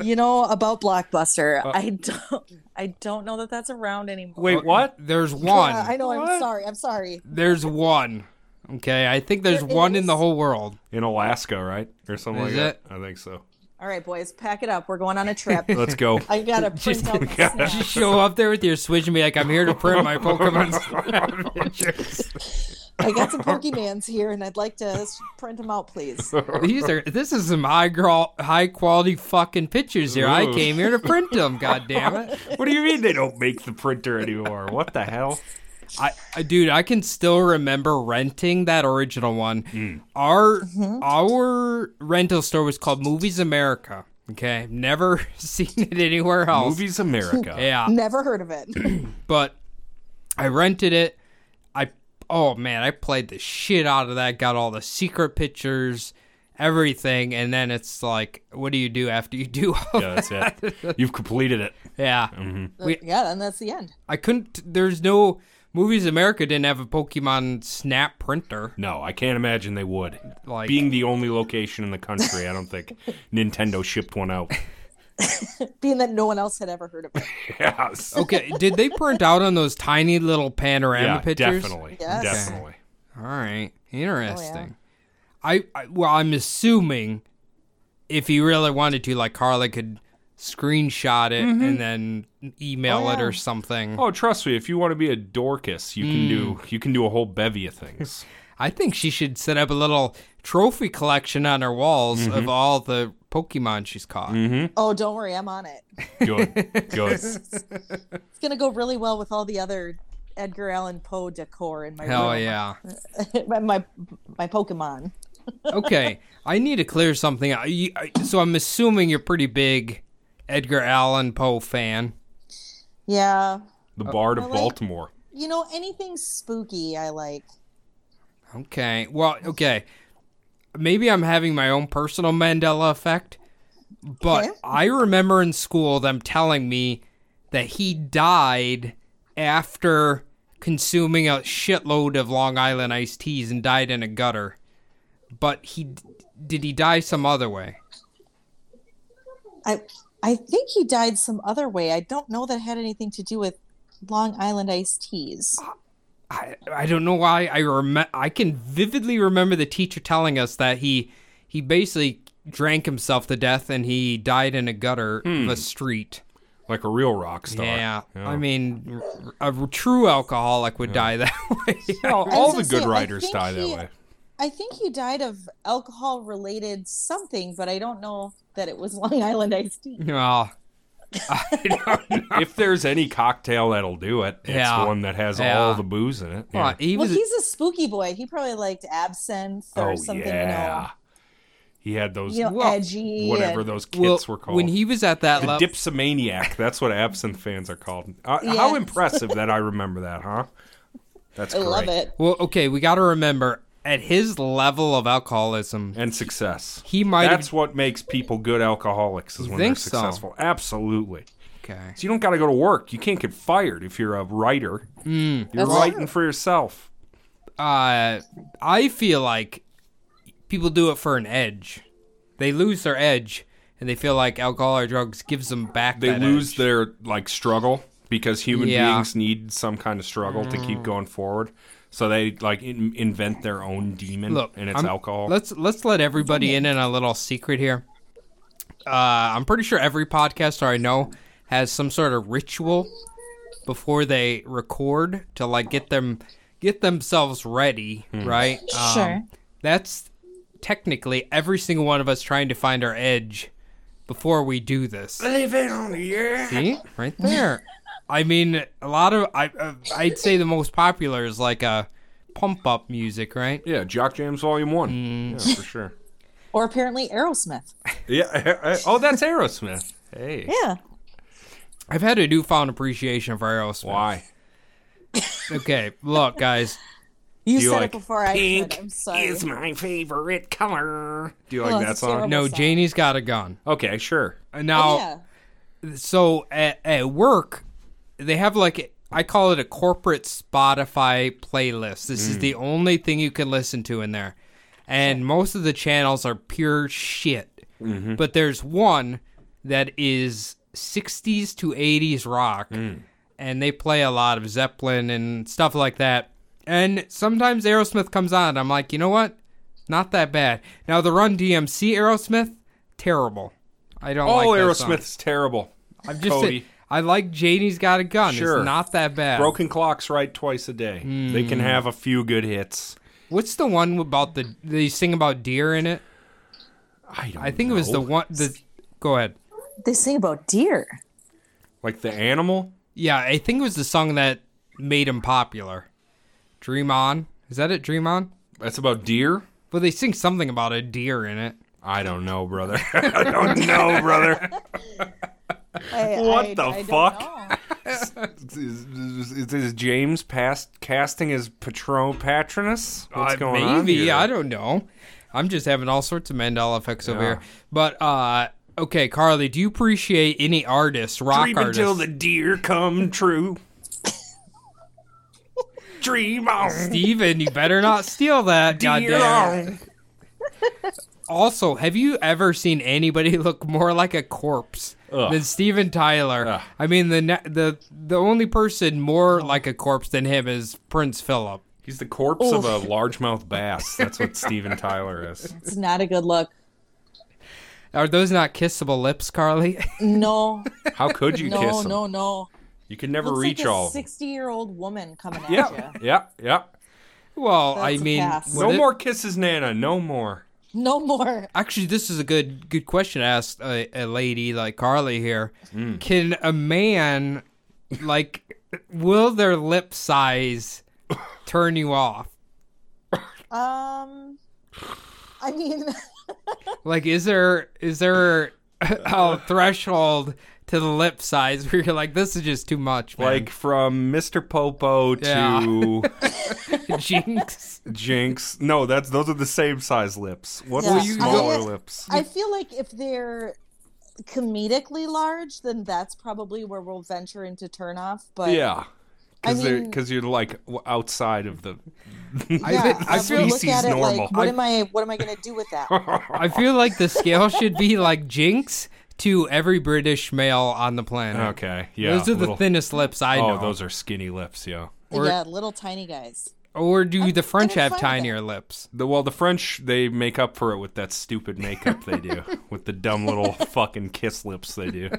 Speaker 2: you know about Blockbuster? I don't. I don't know that that's around anymore.
Speaker 3: Uh, Wait, what?
Speaker 1: Oh, There's one.
Speaker 2: Yeah, I know.
Speaker 3: What?
Speaker 2: I'm sorry. I'm sorry.
Speaker 1: There's one. Okay, I think there's
Speaker 2: There
Speaker 1: one in
Speaker 2: is?
Speaker 1: the whole world.
Speaker 3: In Alaska, right? Or something
Speaker 1: Is
Speaker 3: like that. I think so.
Speaker 2: All right, boys, pack it up. We're going on a trip.
Speaker 3: Let's go.
Speaker 2: I gotta print out the
Speaker 1: You
Speaker 2: snack.
Speaker 1: show up there with your Switch and be like, "I'm here to print my Pokemon Snap pictures."
Speaker 2: I got some Pokemans here, and I'd like to s- print them out, please.
Speaker 1: These are this is some high girl, high quality fucking pictures here. I
Speaker 3: Ooh.
Speaker 1: came here to print them. God damn it,
Speaker 3: what do you mean they don't make the printer anymore? What the hell?
Speaker 1: I, I dude, I can still remember renting that original one.
Speaker 3: Hmm.
Speaker 1: Our our rental store was called Movies America. Okay, never seen it anywhere else.
Speaker 3: Movies America.
Speaker 1: Yeah,
Speaker 2: Never heard of it.
Speaker 1: but I rented it. I oh man, I played the shit out of that. Got all the secret pictures, everything, and then it's like, what do you do after you do? All
Speaker 3: Yeah, Mm-hmm. that's it. You've completed it.
Speaker 1: yeah,
Speaker 2: yeah, and that's the end.
Speaker 1: I couldn't. There's no movies. America didn't have a Pokemon Snap printer.
Speaker 3: No, I can't imagine they would.
Speaker 1: Like-
Speaker 3: Being the only location in the country, I don't think Nintendo shipped one out.
Speaker 2: Being that no one else had ever heard of it.
Speaker 3: Yes.
Speaker 1: Okay, did they print out on those tiny little panorama
Speaker 3: Yeah,
Speaker 1: pictures?
Speaker 3: definitely.
Speaker 2: Yes.
Speaker 3: Definitely.
Speaker 1: All right, interesting. I, I well, I'm assuming if he really wanted to, like Carla could screenshot it
Speaker 3: Mm-hmm.
Speaker 1: and then email it or something.
Speaker 3: Oh, trust me, if you want to be a Dorcas, you can
Speaker 1: Hmm.
Speaker 3: do you can do a whole bevy of things.
Speaker 1: I think she should set up a little trophy collection on her walls
Speaker 3: Mm-hmm.
Speaker 1: of all the Pokemon she's caught.
Speaker 2: Oh, don't worry, I'm on it.
Speaker 3: Good. Good.
Speaker 2: It's gonna go really well with all the other Edgar Allan Poe decor in my
Speaker 1: Hell
Speaker 2: room.
Speaker 1: yeah.
Speaker 2: my, my my Pokemon.
Speaker 1: okay, I need to clear something. out. You- I- So I'm assuming you're pretty big Edgar Allan Poe fan.
Speaker 2: Yeah,
Speaker 3: The Bard of
Speaker 2: like-
Speaker 3: Baltimore.
Speaker 2: you know anything spooky, I like.
Speaker 1: Okay. Well, okay. Maybe I'm having my own personal Mandela effect, but
Speaker 2: Okay.
Speaker 1: I remember in school them telling me that he died after consuming a shitload of Long Island iced teas and died in a gutter. But he did he die some other way?
Speaker 2: I I think he died some other way. I don't know that it had anything to do with Long Island iced teas.
Speaker 1: I, I don't know why I rem- I can vividly remember the teacher telling us that he he basically drank himself to death and he died in a gutter of a street.
Speaker 3: Like a real rock Hmm. star.
Speaker 1: Yeah. I mean, r- a true alcoholic would die that way.
Speaker 3: All,
Speaker 2: was
Speaker 3: all the
Speaker 2: gonna
Speaker 3: good
Speaker 2: say, I
Speaker 3: writers
Speaker 2: think
Speaker 3: die
Speaker 2: he-
Speaker 3: that way.
Speaker 2: I think he died of
Speaker 1: Oh,
Speaker 2: alcohol related something, but I don't know that it was Long Island iced tea.
Speaker 1: Well, I don't know.
Speaker 3: If there's any cocktail that'll do it, it's
Speaker 1: Yeah.
Speaker 3: one that has
Speaker 1: Yeah.
Speaker 3: all the booze in it.
Speaker 1: Come on, he
Speaker 2: well,
Speaker 1: was-
Speaker 2: he's a spooky boy. He probably liked absinthe or something.
Speaker 3: He had Oh, those
Speaker 2: You know, you know
Speaker 1: Well,
Speaker 2: edgy.
Speaker 3: whatever
Speaker 2: and-
Speaker 3: those kits
Speaker 1: well,
Speaker 3: were called.
Speaker 1: when he was at that
Speaker 3: the
Speaker 1: level.
Speaker 3: dipsomaniac. That's what absinthe fans are called. Uh, How
Speaker 2: Yes.
Speaker 3: impressive that I remember that, huh? That's
Speaker 2: I
Speaker 3: great.
Speaker 2: love it.
Speaker 1: well, okay, we got to remember at his level of alcoholism,
Speaker 3: And success.
Speaker 1: he might have.
Speaker 3: That's what makes people good alcoholics is
Speaker 1: You
Speaker 3: when
Speaker 1: think
Speaker 3: they're
Speaker 1: so?
Speaker 3: successful. Absolutely.
Speaker 1: Okay.
Speaker 3: So you don't got to go to work. You can't get fired if you're a writer.
Speaker 1: Hmm.
Speaker 3: You're
Speaker 2: That's
Speaker 3: writing
Speaker 2: true.
Speaker 3: for yourself.
Speaker 1: uh, I feel like people do it for an edge. They lose their edge, and they feel like alcohol or drugs gives them back.
Speaker 3: They
Speaker 1: that
Speaker 3: lose
Speaker 1: edge.
Speaker 3: their like struggle because human
Speaker 1: Yeah. Hmm.
Speaker 3: beings need some kind of struggle to keep going forward. So they like in- invent their own demon,
Speaker 1: Look,
Speaker 3: and it's
Speaker 1: I'm-
Speaker 3: alcohol.
Speaker 1: Let's let's let everybody in on a little secret here. Uh, I'm pretty sure every podcaster I know has some sort of ritual before they record to like get them get themselves ready,
Speaker 3: Hmm.
Speaker 1: right? Um,
Speaker 2: Sure.
Speaker 1: That's technically every single one of us trying to find our edge before we do this.
Speaker 3: Leave it on the air.
Speaker 1: See, right there. I mean, a lot of I uh, I'd say the most popular is like a pump up music, right?
Speaker 3: Yeah, Jock Jams Volume One.
Speaker 1: Hmm.
Speaker 3: Yeah, for sure.
Speaker 2: Or apparently Aerosmith.
Speaker 3: yeah. Oh, that's Aerosmith. Hey.
Speaker 2: Yeah.
Speaker 1: I've had a newfound appreciation for Aerosmith.
Speaker 3: Why?
Speaker 1: Okay, look, guys.
Speaker 2: You,
Speaker 3: Do you
Speaker 2: said
Speaker 3: like
Speaker 2: it before I could. I'm sorry.
Speaker 3: my favorite color. Do you
Speaker 2: Oh,
Speaker 3: like that
Speaker 2: that's
Speaker 3: song?
Speaker 2: terrible.
Speaker 1: No,
Speaker 2: song.
Speaker 1: Janie's got a gun.
Speaker 3: Okay, sure.
Speaker 1: Uh, Now,
Speaker 2: yeah.
Speaker 1: so at, at work, they have like I call it a corporate Spotify playlist. This is the only thing you can listen to in there, and most of the channels are pure shit. But there's one that is 60s to 80s rock, and they play a lot of Zeppelin and stuff like that. And sometimes Aerosmith comes on, and I'm like, you know what? Not that bad. Now the Run DMC Aerosmith, terrible. I don't
Speaker 3: Oh,
Speaker 1: like that song.
Speaker 3: Aerosmith's terrible.
Speaker 1: I'm just
Speaker 3: Cody.
Speaker 1: saying, I like Janie's Got a Gun.
Speaker 3: Sure.
Speaker 1: It's not that bad.
Speaker 3: Broken clocks right twice a day. They can have a few good hits.
Speaker 1: What's the one about the they sing about deer in it?
Speaker 3: I don't
Speaker 1: I think it was the
Speaker 3: know.
Speaker 1: one the Go ahead.
Speaker 2: They sing about deer.
Speaker 3: like the animal.
Speaker 1: Yeah, I think it was the song that made him popular. Dream On. Is that it, Dream On?
Speaker 3: That's about deer.
Speaker 1: Well they sing something about a deer in it.
Speaker 3: I don't know, brother. I don't know, brother.
Speaker 2: I-
Speaker 3: What
Speaker 2: I-
Speaker 3: the
Speaker 2: I don't
Speaker 3: fuck?
Speaker 2: know.
Speaker 3: Is, is, is- is James past casting his patron patronus? What's
Speaker 1: Uh,
Speaker 3: going on?
Speaker 1: maybe
Speaker 3: here?
Speaker 1: I don't know. I'm just having all sorts of Mandela effects over here. But uh okay, Carly, do you appreciate any artists, rock
Speaker 3: Dream
Speaker 1: artists?
Speaker 3: until the deer come true. Dream on,
Speaker 1: Steven, you better not steal that.
Speaker 3: deer
Speaker 1: Goddamn.
Speaker 3: on.
Speaker 1: Also, have you ever seen anybody look more like a corpse
Speaker 3: Ugh.
Speaker 1: than Steven Tyler?
Speaker 3: Ugh.
Speaker 1: I mean, the ne- the the only person more like a corpse than him is Prince Philip.
Speaker 3: He's the corpse of a largemouth bass. That's what Steven Tyler is.
Speaker 2: It's not a good look.
Speaker 1: Are those not kissable lips, Carly?
Speaker 2: No,
Speaker 3: How could you
Speaker 2: no,
Speaker 3: kiss him?
Speaker 2: no, no.
Speaker 3: You can never
Speaker 2: Looks
Speaker 3: reach
Speaker 2: like
Speaker 3: all.
Speaker 2: a sixty-year-old woman coming at
Speaker 3: yeah,
Speaker 2: you.
Speaker 3: yeah, yeah.
Speaker 1: well, I
Speaker 2: That's a
Speaker 1: mean,
Speaker 2: pass.
Speaker 1: would
Speaker 3: no
Speaker 1: it-
Speaker 3: more kisses, Nana. No more.
Speaker 2: No more.
Speaker 1: Actually, this is a good good question to ask a, a lady like Carly here.
Speaker 3: Hmm.
Speaker 1: Can a man like will their lip size turn you off?
Speaker 2: Um, I mean,
Speaker 1: Like, is there is there a threshold to the lip size where you're like, this is just too much, man.
Speaker 3: Like from Mr. Popo to
Speaker 1: Like jinx.
Speaker 3: Jinx. No, that's those are the same size lips. What
Speaker 2: Yeah.
Speaker 3: are
Speaker 2: Well, you
Speaker 3: smaller
Speaker 2: go-
Speaker 3: lips?
Speaker 2: I feel like if they're comedically large, then that's probably where we'll venture into turnoff. But
Speaker 3: Yeah. Because
Speaker 2: I mean-
Speaker 3: you're like w- outside of the.
Speaker 1: I,
Speaker 2: yeah,
Speaker 1: thi-
Speaker 2: uh,
Speaker 1: I
Speaker 2: we'll
Speaker 1: feel
Speaker 2: look at
Speaker 3: Species
Speaker 2: it
Speaker 3: normal.
Speaker 2: like, what
Speaker 1: I-
Speaker 2: am I? What am I going to do with that?
Speaker 1: I feel like the scale should be like jinx to every British male on the planet.
Speaker 3: Okay. Yeah.
Speaker 1: those are the
Speaker 3: little-
Speaker 1: thinnest lips I
Speaker 3: Oh,
Speaker 1: know.
Speaker 3: those are skinny lips. Yeah.
Speaker 1: Or-
Speaker 2: yeah, little tiny guys.
Speaker 1: or do the French
Speaker 2: it's
Speaker 1: have
Speaker 2: fine with
Speaker 1: tinier lips?
Speaker 3: The, well, the French they make up for it with that stupid makeup they do, with the dumb little fucking kiss lips they do.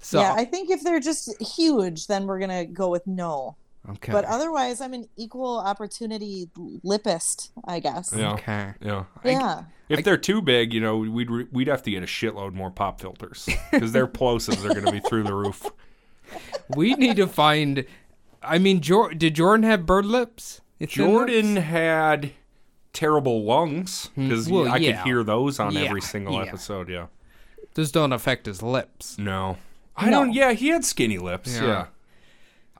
Speaker 1: So
Speaker 2: Yeah, I think if they're just huge, then we're gonna go with no.
Speaker 1: okay,
Speaker 2: But otherwise, I'm an equal opportunity lipist, I guess.
Speaker 3: Yeah.
Speaker 1: okay.
Speaker 3: Yeah.
Speaker 2: Yeah.
Speaker 3: If they're too big, you know, we'd re- we'd have to get a shitload more pop filters because their plosives are going to be through the roof.
Speaker 1: We need to find. I mean, Jor- did Jordan have bird lips? It's in
Speaker 3: Jordan
Speaker 1: lips?
Speaker 3: had terrible lungs because
Speaker 1: Hmm. well,
Speaker 3: I
Speaker 1: yeah.
Speaker 3: could hear those on
Speaker 1: Yeah,
Speaker 3: every single
Speaker 1: yeah.
Speaker 3: episode. Yeah.
Speaker 1: Those don't affect his lips.
Speaker 3: No. I don't. Yeah, he had skinny lips.
Speaker 1: Yeah.
Speaker 3: Yeah.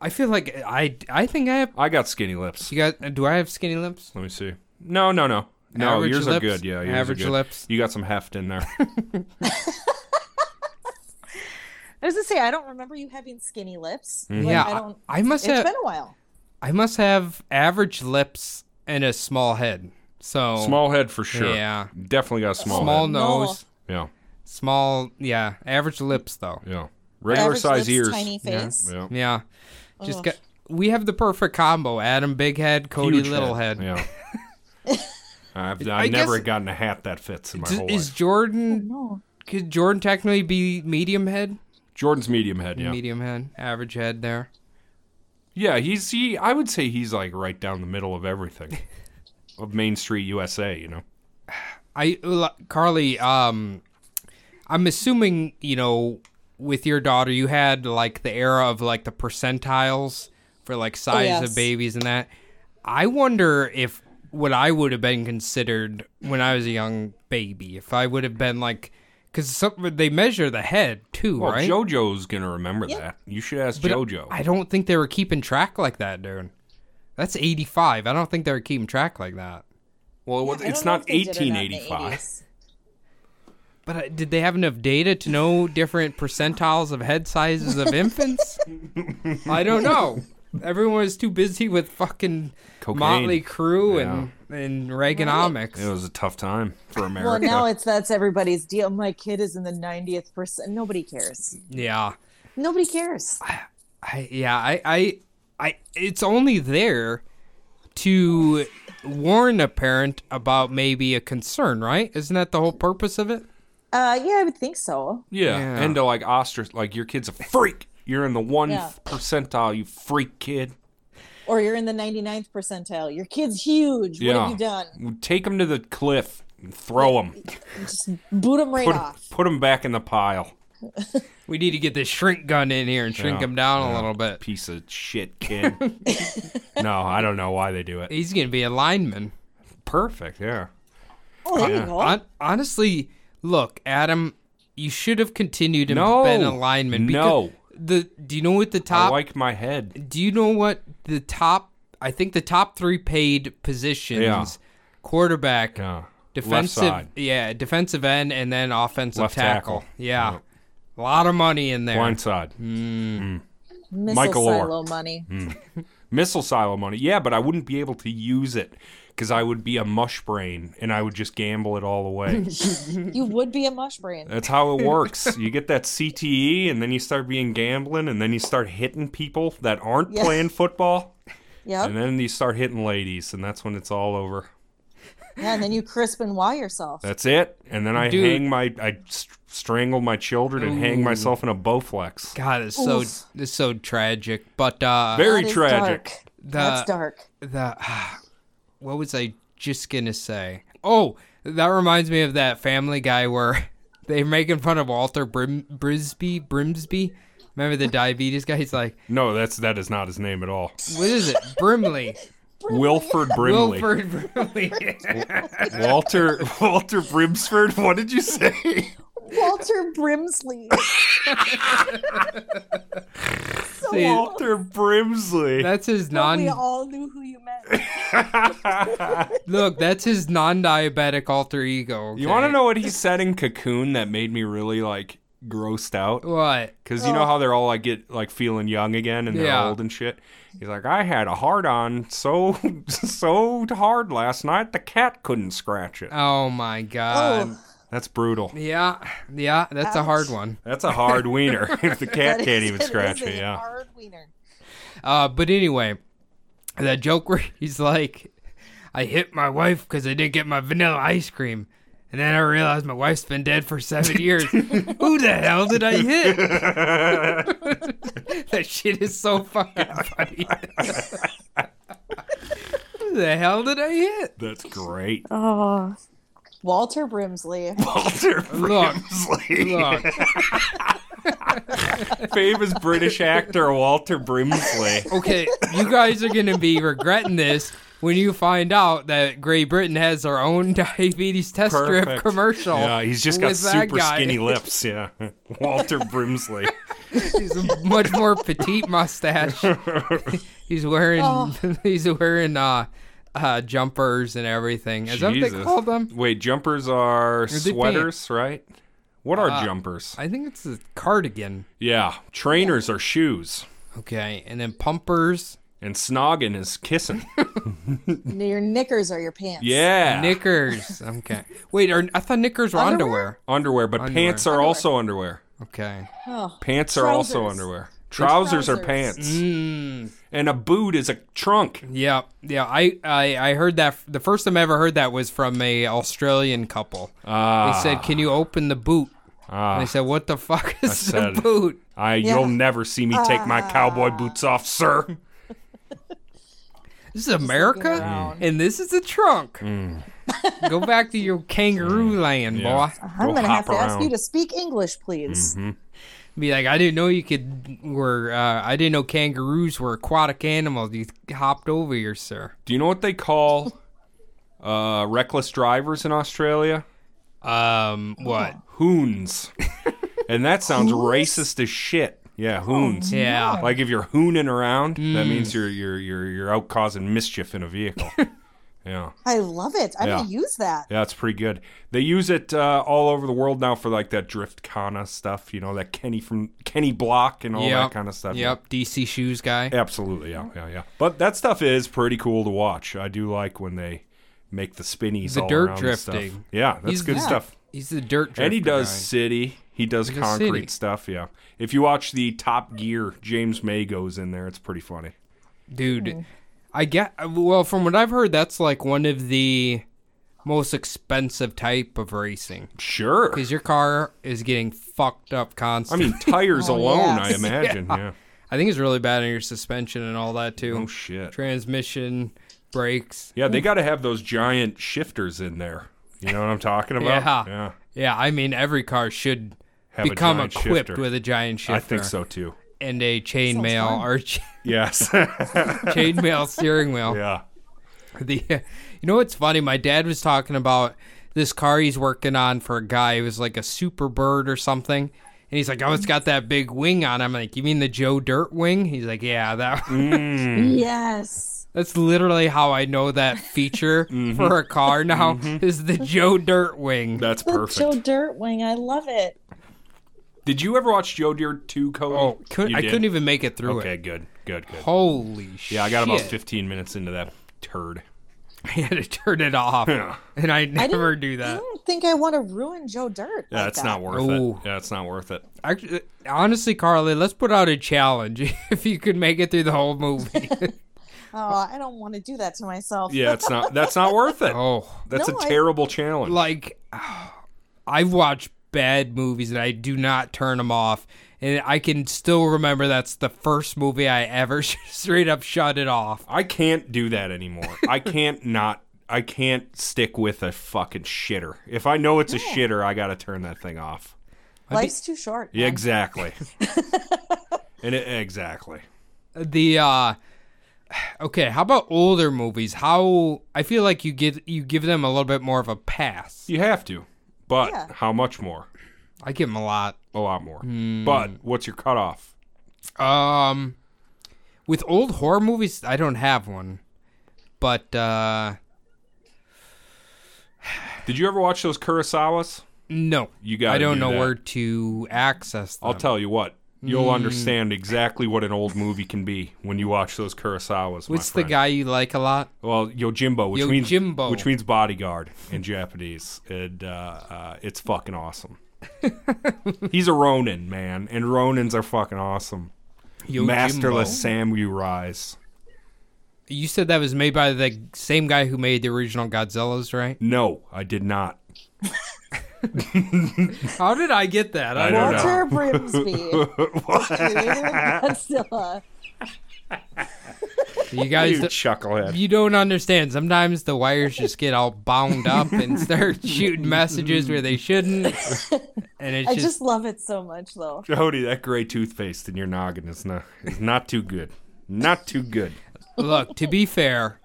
Speaker 1: I feel like I. I think I have.
Speaker 3: I got skinny lips.
Speaker 1: You got? Do I have skinny lips?
Speaker 3: Let me see. No, no, no. No,
Speaker 1: Average
Speaker 3: yours
Speaker 1: lips?
Speaker 3: are good. Yeah, yours
Speaker 1: Average
Speaker 3: are good.
Speaker 1: lips?
Speaker 3: You got some heft in there.
Speaker 2: I was gonna say I don't remember you having skinny lips.
Speaker 3: Mm-hmm.
Speaker 2: Like,
Speaker 1: Yeah,
Speaker 2: I don't.
Speaker 1: I, I must
Speaker 2: It's
Speaker 1: have.
Speaker 2: been a while.
Speaker 1: I must have average lips and a small head. So
Speaker 3: small head for sure.
Speaker 1: Yeah.
Speaker 3: Definitely got a small.
Speaker 1: small
Speaker 3: head.
Speaker 2: No.
Speaker 1: nose,
Speaker 3: Yeah.
Speaker 1: small. Yeah, average lips though.
Speaker 3: Yeah. Regular
Speaker 2: Average
Speaker 3: size
Speaker 2: lips,
Speaker 3: ears.
Speaker 2: tiny
Speaker 3: Yeah,
Speaker 2: face.
Speaker 3: Yeah.
Speaker 1: Yeah, just
Speaker 2: Ugh.
Speaker 1: got. We have the perfect combo: Adam Big Head, Cody
Speaker 3: Huge
Speaker 1: Little Head.
Speaker 3: Yeah. I've, I've
Speaker 1: I
Speaker 3: never
Speaker 1: guess-
Speaker 3: gotten a hat that fits in my
Speaker 1: D-
Speaker 3: whole
Speaker 1: is
Speaker 3: life.
Speaker 1: Jordan?
Speaker 2: No.
Speaker 1: Could Jordan technically be medium head?
Speaker 3: Jordan's medium head. Yeah.
Speaker 1: Medium head, average head there.
Speaker 3: Yeah, he's he. I would say he's like right down the middle of everything, of Main Street USA. You know,
Speaker 1: I l- Carly, um, I'm assuming you know with your daughter you had like the era of like the percentiles for like size
Speaker 2: yes.
Speaker 1: of babies and that. I wonder if what I would have been considered when I was a young baby, if I would have been like, because they measure the head too,
Speaker 3: well,
Speaker 1: right?
Speaker 3: JoJo's gonna remember
Speaker 2: Yeah.
Speaker 3: that. You should ask
Speaker 1: But uh,
Speaker 3: JoJo.
Speaker 1: I don't think they were keeping track like that, dude. That's 85. I don't think they were keeping track like that.
Speaker 3: well,
Speaker 2: Yeah,
Speaker 3: what-
Speaker 2: I don't
Speaker 3: it's
Speaker 2: know
Speaker 3: not
Speaker 2: if they did or not in the
Speaker 3: 1885.
Speaker 2: 80s.
Speaker 1: But uh, did they have enough data to know different percentiles of head sizes of infants? I don't know. Everyone was too busy with fucking
Speaker 3: Cocaine.
Speaker 1: Motley Crue and and Reaganomics.
Speaker 3: It was a tough time for America.
Speaker 2: Well, now it's that's everybody's deal. My kid is in the 90th percent. Nobody cares.
Speaker 1: Yeah,
Speaker 2: Nobody cares.
Speaker 1: I, yeah. I, I, I. It's only there to warn a parent about maybe a concern, right? Isn't that the whole purpose of it?
Speaker 2: Uh, yeah, I would think so.
Speaker 3: yeah.
Speaker 1: Yeah.
Speaker 3: and to like ostrich, like your kid's a freak. You're in the one
Speaker 2: Yeah.
Speaker 3: percentile, you freak kid.
Speaker 2: Or you're in the 99th percentile. Your kid's huge. What
Speaker 3: yeah,
Speaker 2: have you done?
Speaker 3: Take them to the cliff, and throw them,
Speaker 2: Just boot them right
Speaker 3: put
Speaker 2: off.
Speaker 3: put them back in the pile.
Speaker 1: We need to get this shrink gun in here and shrink
Speaker 3: Yeah,
Speaker 1: him down a little bit.
Speaker 3: Piece of shit kid. no, I don't know why they do it.
Speaker 1: He's gonna be a lineman.
Speaker 3: Perfect. Yeah.
Speaker 2: Oh, there you go.
Speaker 1: Hon- honestly, look, Adam, you should have continued and
Speaker 3: No.
Speaker 1: been a lineman.
Speaker 3: No.
Speaker 1: The do you know what the
Speaker 3: I
Speaker 1: top?
Speaker 3: like my head.
Speaker 1: do you know what the top? I think the top three paid positions:
Speaker 3: Yeah.
Speaker 1: quarterback,
Speaker 3: Yeah.
Speaker 1: defensive,
Speaker 3: Left side.
Speaker 1: yeah, defensive end, and then offensive
Speaker 3: Left
Speaker 1: tackle.
Speaker 3: tackle.
Speaker 1: Yeah. A lot of money in there.
Speaker 3: Blind side.
Speaker 1: Mm.
Speaker 2: Missile
Speaker 3: Michael Orr. Mm-hmm.
Speaker 2: silo money.
Speaker 3: Missile silo money. Yeah, but I wouldn't be able to use it because I would be a mush brain and I would just gamble it all away.
Speaker 2: You would be a mush brain.
Speaker 3: That's how it works. You get that CTE and then you start being gambling and then you start hitting people that aren't
Speaker 2: Yeah.
Speaker 3: playing football.
Speaker 2: Yep.
Speaker 3: And then you start hitting ladies and that's when it's all over.
Speaker 2: Yeah, and then you crisp and why yourself.
Speaker 3: That's it. And then I
Speaker 1: Dude.
Speaker 3: hang my, I str- strangle my children and hang myself in a Bowflex.
Speaker 1: God, it's so it's so tragic. But uh,
Speaker 3: Very
Speaker 2: That is
Speaker 3: tragic.
Speaker 2: dark. That's dark.
Speaker 1: the what was I just gonna say? Oh, that reminds me of that Family Guy where they're making fun of Walter Brim, Brisby Brimsby. Remember the diabetes guy? He's like,
Speaker 3: No, that's that is not his name at all.
Speaker 1: what is it? Brimley,
Speaker 3: Wilford Brimley.
Speaker 1: Wilford Brimley.
Speaker 3: Walter Walter Brimsford. What did you say?
Speaker 2: Walter Brimsley. so
Speaker 1: See,
Speaker 2: awful.
Speaker 3: Walter Brimsley.
Speaker 1: That's his
Speaker 2: we
Speaker 1: non.
Speaker 2: all knew who you meant.
Speaker 1: Look, that's his non-diabetic alter ego.
Speaker 3: you
Speaker 1: okay?
Speaker 3: want to know what he said in Cocoon that made me really like grossed out?
Speaker 1: what?
Speaker 3: Because you know how they're all like get like feeling young again and they're
Speaker 1: Yeah.
Speaker 3: old and shit. He's like, I had a hard on so so hard last night the cat couldn't scratch it.
Speaker 1: Oh my
Speaker 3: Uh,
Speaker 1: god.
Speaker 2: Oh.
Speaker 3: That's brutal.
Speaker 1: Yeah, yeah, that's a hard one.
Speaker 3: That's a hard wiener if the cat
Speaker 2: That is-
Speaker 3: can't even
Speaker 2: that is
Speaker 3: scratch
Speaker 2: a
Speaker 3: it. Yeah.
Speaker 2: Hard wiener.
Speaker 1: Uh, but anyway, that joke where he's like, I hit my wife because I didn't get my vanilla ice cream. And then I realized my wife's been dead for seven years. Who the hell did I hit? that shit is so fucking funny. Who the hell did I hit?
Speaker 3: That's great.
Speaker 2: Oh, Walter Brimsley.
Speaker 3: Walter Brimsley.
Speaker 1: Look,
Speaker 3: Famous British actor Walter Brimsley.
Speaker 1: okay, you guys are gonna be regretting this when you find out that Great Britain has their own diabetes test strip
Speaker 3: Perfect.
Speaker 1: commercial.
Speaker 3: Yeah, he's just got
Speaker 1: with that
Speaker 3: super
Speaker 1: guy.
Speaker 3: skinny lips. Yeah, Walter Brimsley.
Speaker 1: He's a much more petite mustache. he's wearing
Speaker 2: Oh.
Speaker 1: he's wearing uh, uh, jumpers and everything. Is that what they
Speaker 3: Jesus.
Speaker 1: call them?
Speaker 3: Wait, jumpers are
Speaker 1: they Ah.
Speaker 3: sweaters, right? What are jumpers?
Speaker 1: I think it's a cardigan.
Speaker 3: Yeah, trainers are shoes,
Speaker 1: Okay, and then pumpers,
Speaker 3: and snogging is kissing.
Speaker 2: your knickers are your pants.
Speaker 3: Yeah,
Speaker 1: knickers. Okay, wait, are, I thought knickers were underwear.
Speaker 2: Underwear?
Speaker 3: underwear, but pants are also underwear.
Speaker 1: Okay,
Speaker 2: Oh,
Speaker 3: Pants are also
Speaker 2: Trousers.
Speaker 3: underwear. Trousers, are
Speaker 2: Trousers.
Speaker 3: pants,
Speaker 1: mm,
Speaker 3: and a boot is a trunk.
Speaker 1: yeah, yeah. I, I I heard that the first time I ever heard that was from a Australian couple.
Speaker 3: Ah,
Speaker 1: They said, "Can you open the boot?" And I
Speaker 3: ah,
Speaker 1: said, "What the fuck is the
Speaker 3: said-
Speaker 1: boot?"
Speaker 3: I you'll never see me take my cowboy boots off, sir.
Speaker 1: This is America,
Speaker 2: around.
Speaker 1: and this is the trunk. Go back to your kangaroo land,
Speaker 3: Yeah.
Speaker 1: boy.
Speaker 2: I'm
Speaker 3: Go
Speaker 2: gonna have
Speaker 3: hop
Speaker 2: to ask you
Speaker 3: around. Mm-hmm.
Speaker 2: to speak English, please.
Speaker 1: Be like, I didn't know you could were. Uh, I didn't know kangaroos were aquatic animals. You hopped over here, sir.
Speaker 3: Do you know what they call uh, reckless drivers in Australia?
Speaker 1: Um, what?
Speaker 3: Oh. Hoons. and that sounds racist as shit. Yeah, hoons.
Speaker 1: Yeah.
Speaker 3: Like if you're hooning around, that means you're you're you're you're out causing mischief in a vehicle. yeah.
Speaker 2: I love it. I'm
Speaker 3: Yeah.
Speaker 2: gonna use that.
Speaker 3: Yeah, that's pretty good. They use it uh, all over the world now for like that drift kana stuff, you know, that Kenny from Kenny Block and all
Speaker 1: Yep.
Speaker 3: that kind of stuff.
Speaker 1: Yep. DC shoes guy.
Speaker 3: Absolutely, yeah, yeah, yeah. But that stuff is pretty cool to watch. I do like when they make the spinnies,
Speaker 1: The
Speaker 3: all
Speaker 1: dirt
Speaker 3: around And
Speaker 1: drifting.
Speaker 3: stuff. Yeah, that's
Speaker 1: He's-
Speaker 3: good
Speaker 1: yeah.
Speaker 3: stuff.
Speaker 1: He's the dirt.
Speaker 3: And he
Speaker 1: drifter
Speaker 3: does
Speaker 1: guy.
Speaker 3: city. He does
Speaker 1: a
Speaker 3: concrete
Speaker 1: city.
Speaker 3: stuff. Yeah. If you watch the Top Gear, James May goes in there. It's pretty funny.
Speaker 1: dude. I get well from what I've heard. That's like one of the most expensive type of racing
Speaker 3: Sure.
Speaker 1: because your car is getting fucked up
Speaker 3: I
Speaker 1: constantly.
Speaker 3: mean,
Speaker 1: Oh,
Speaker 3: tires alone. I
Speaker 2: yes.
Speaker 3: imagine. Yeah.
Speaker 1: I think it's really bad on your suspension and all that too.
Speaker 3: Oh shit.
Speaker 1: Transmission, brakes.
Speaker 3: Yeah, they got to have those giant shifters in there. You know what I'm talking about?
Speaker 1: Yeah. Yeah, I mean every car should
Speaker 3: Have a
Speaker 1: become
Speaker 3: giant
Speaker 1: equipped
Speaker 3: shifter.
Speaker 1: with a giant shifter.
Speaker 3: I think so too.
Speaker 1: And a chainmail or ch-
Speaker 3: Yes.
Speaker 1: chainmail steering wheel.
Speaker 3: yeah.
Speaker 1: The, you know what's funny? My dad was talking about this car he's working on for a guy who was like a super bird or something. And he's like, "Oh, it's got that big wing on." it." I'm like, "You mean the Joe Dirt wing?" He's like, "Yeah, that."
Speaker 2: Yes.
Speaker 1: That's literally how I know that feature
Speaker 3: Mm-hmm.
Speaker 1: for a car now is the Joe Dirt wing.
Speaker 3: That's
Speaker 2: The Joe
Speaker 3: perfect.
Speaker 2: Dirtwing. I love it.
Speaker 3: Did you ever watch Joe Dirt 2, Cody?
Speaker 1: Oh, could,
Speaker 3: You
Speaker 1: I
Speaker 3: did?
Speaker 1: couldn't even make it through
Speaker 3: Okay,
Speaker 1: it.
Speaker 3: good, good, good.
Speaker 1: Holy shit.
Speaker 3: Yeah, I got about 15 minutes into that turd.
Speaker 1: I had to turn it off.
Speaker 3: Yeah.
Speaker 1: And I
Speaker 2: I didn't-
Speaker 1: never do
Speaker 2: I
Speaker 1: that.
Speaker 2: don't think I want to ruin Joe Dirt.
Speaker 3: Uh, Yeah,
Speaker 2: like
Speaker 3: it's
Speaker 2: that.
Speaker 3: not worth
Speaker 1: Ooh.
Speaker 3: it. Yeah, it's not worth it.
Speaker 1: Actually, honestly, Carly, let's put out a challenge. if you could make it through the whole movie.
Speaker 2: Oh, I don't want to do that to myself.
Speaker 3: Yeah, it's not. That's not worth it.
Speaker 1: oh.
Speaker 3: That's
Speaker 2: No,
Speaker 3: a
Speaker 2: I-
Speaker 3: terrible challenge.
Speaker 1: Like, I've watched bad movies and I do not turn them off. And I can still remember that's the first movie I ever straight up shut it off.
Speaker 3: I can't do that anymore. I can't not. I can't stick with a fucking shitter. If I know it's a shitter, I gotta turn that thing off.
Speaker 2: Life's too short.
Speaker 3: Yeah,
Speaker 2: man.
Speaker 3: exactly. and it, exactly.
Speaker 1: the uh okay how about older movies how i feel like you get you give them a little bit more of a pass
Speaker 3: You have to, but
Speaker 2: Yeah.
Speaker 3: how much more?
Speaker 1: i give them a lot
Speaker 3: A lot more.
Speaker 1: Hmm.
Speaker 3: But what's your cutoff?
Speaker 1: um with old horror movies i don't have one but uh
Speaker 3: Did you ever watch those Kurosawas?
Speaker 1: no
Speaker 3: You got.
Speaker 1: i don't
Speaker 3: do
Speaker 1: know
Speaker 3: that.
Speaker 1: where to access them Hmm.
Speaker 3: I'll tell you what. You'll understand exactly what an old movie can be when you watch those
Speaker 1: what's
Speaker 3: Kurosawas. my
Speaker 1: the
Speaker 3: friend.
Speaker 1: guy you like a lot
Speaker 3: Well, Yojimbo, which means
Speaker 1: Yojimbo.
Speaker 3: which means bodyguard in Japanese, and uh, uh, it's fucking awesome. He's a Ronin, man, and Ronins are fucking awesome.
Speaker 1: Yojimbo.
Speaker 3: Masterless samurais.
Speaker 1: you said that was made by the same guy who made the original godzillas right
Speaker 3: No, I did not.
Speaker 1: how did i get that
Speaker 3: I
Speaker 1: i
Speaker 3: don't
Speaker 1: don't
Speaker 3: know.
Speaker 2: Walter Brimsby, creator of Godzilla.
Speaker 1: You guys,
Speaker 3: you
Speaker 1: d-
Speaker 3: chucklehead.
Speaker 1: you don't understand. Sometimes the wires just get all bound up and start shooting messages where they shouldn't, and it's
Speaker 2: I
Speaker 1: just,
Speaker 2: just love it so much, though.
Speaker 3: Jody, that gray toothpaste in your noggin is not is not too good. Not too good.
Speaker 1: look. To be fair,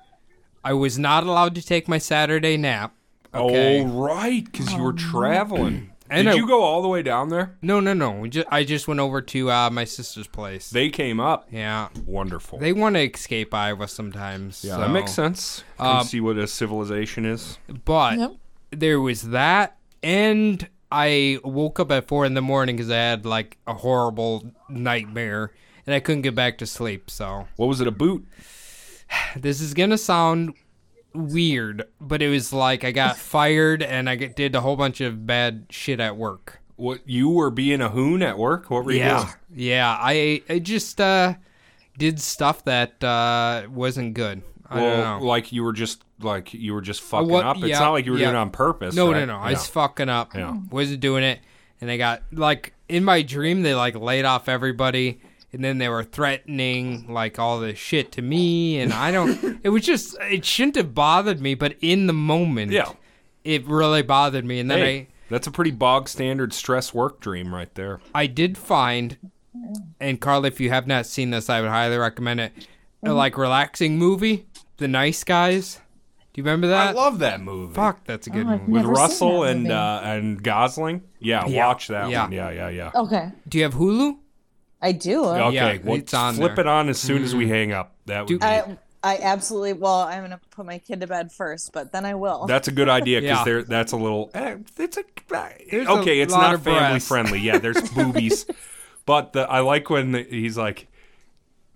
Speaker 1: I was not allowed to take my Saturday nap. Okay. Oh,
Speaker 3: Oh right, because you were traveling.
Speaker 1: And
Speaker 3: Did
Speaker 1: I-
Speaker 3: you go all the way down there?
Speaker 1: No, no, no. We ju- I just went over to uh, my sister's place.
Speaker 3: They came up.
Speaker 1: yeah,
Speaker 3: Wonderful.
Speaker 1: they want to escape Iowa sometimes.
Speaker 3: yeah,
Speaker 1: so.
Speaker 3: that makes sense. Come
Speaker 1: Um,
Speaker 3: see what a civilization is.
Speaker 1: But
Speaker 2: Yep.
Speaker 1: there was that, and I woke up at four in the morning because I had like a horrible nightmare, and I couldn't get back to sleep. So
Speaker 3: What was it? A boot?
Speaker 1: this is gonna sound weird, but it was like I got fired and I get, did a whole bunch of bad shit at work.
Speaker 3: What you were being a hoon at work? What were you doing?
Speaker 1: yeah. I I just uh, did stuff that uh, wasn't good. I
Speaker 3: Well,
Speaker 1: don't know. Uh,
Speaker 3: like you were just like you were just fucking
Speaker 1: what-
Speaker 3: up. It's
Speaker 1: yeah,
Speaker 3: not like you were
Speaker 1: yeah.
Speaker 3: doing it on purpose.
Speaker 1: No,
Speaker 3: right?
Speaker 1: no, no.
Speaker 3: Yeah.
Speaker 1: I was fucking up.
Speaker 3: Yeah.
Speaker 1: Wasn't doing it. And I got like in my dream they like laid off everybody and then they were threatening like all this shit to me and I don't it was just it shouldn't have bothered me, but in the moment
Speaker 3: Yeah.
Speaker 1: it really bothered me. And then
Speaker 3: Hey, that's a pretty bog standard stress work dream right there.
Speaker 1: I I did find and Carly, if you have not seen this, I would highly recommend it. A like relaxing movie, The Nice Guys. Do you remember that?
Speaker 3: I love that movie.
Speaker 1: Fuck, that's a good
Speaker 2: Oh, I've
Speaker 1: movie.
Speaker 3: With
Speaker 2: Never seen
Speaker 3: Russell
Speaker 2: that
Speaker 3: and
Speaker 2: movie.
Speaker 3: uh, and Gosling. Yeah,
Speaker 1: Yeah.
Speaker 3: watch that
Speaker 1: Yeah.
Speaker 3: one. Yeah, yeah, yeah.
Speaker 2: Okay,
Speaker 1: Do you have Hulu?
Speaker 2: I do.
Speaker 3: Okay,
Speaker 1: Yeah,
Speaker 3: well,
Speaker 1: it's on
Speaker 3: flip
Speaker 1: there. Mm-hmm.
Speaker 3: it on as soon as we hang up. That would
Speaker 1: Dude,
Speaker 3: be,
Speaker 2: I I absolutely. Well, I'm gonna put my kid to bed first, but then I will.
Speaker 3: that's a good idea because
Speaker 1: Yeah.
Speaker 3: there that's a little. eh, It's a
Speaker 1: There's a
Speaker 3: okay. it's
Speaker 1: lot
Speaker 3: not
Speaker 1: of
Speaker 3: family
Speaker 1: breasts.
Speaker 3: friendly. Yeah, there's boobies, but the, I like when the, he's like.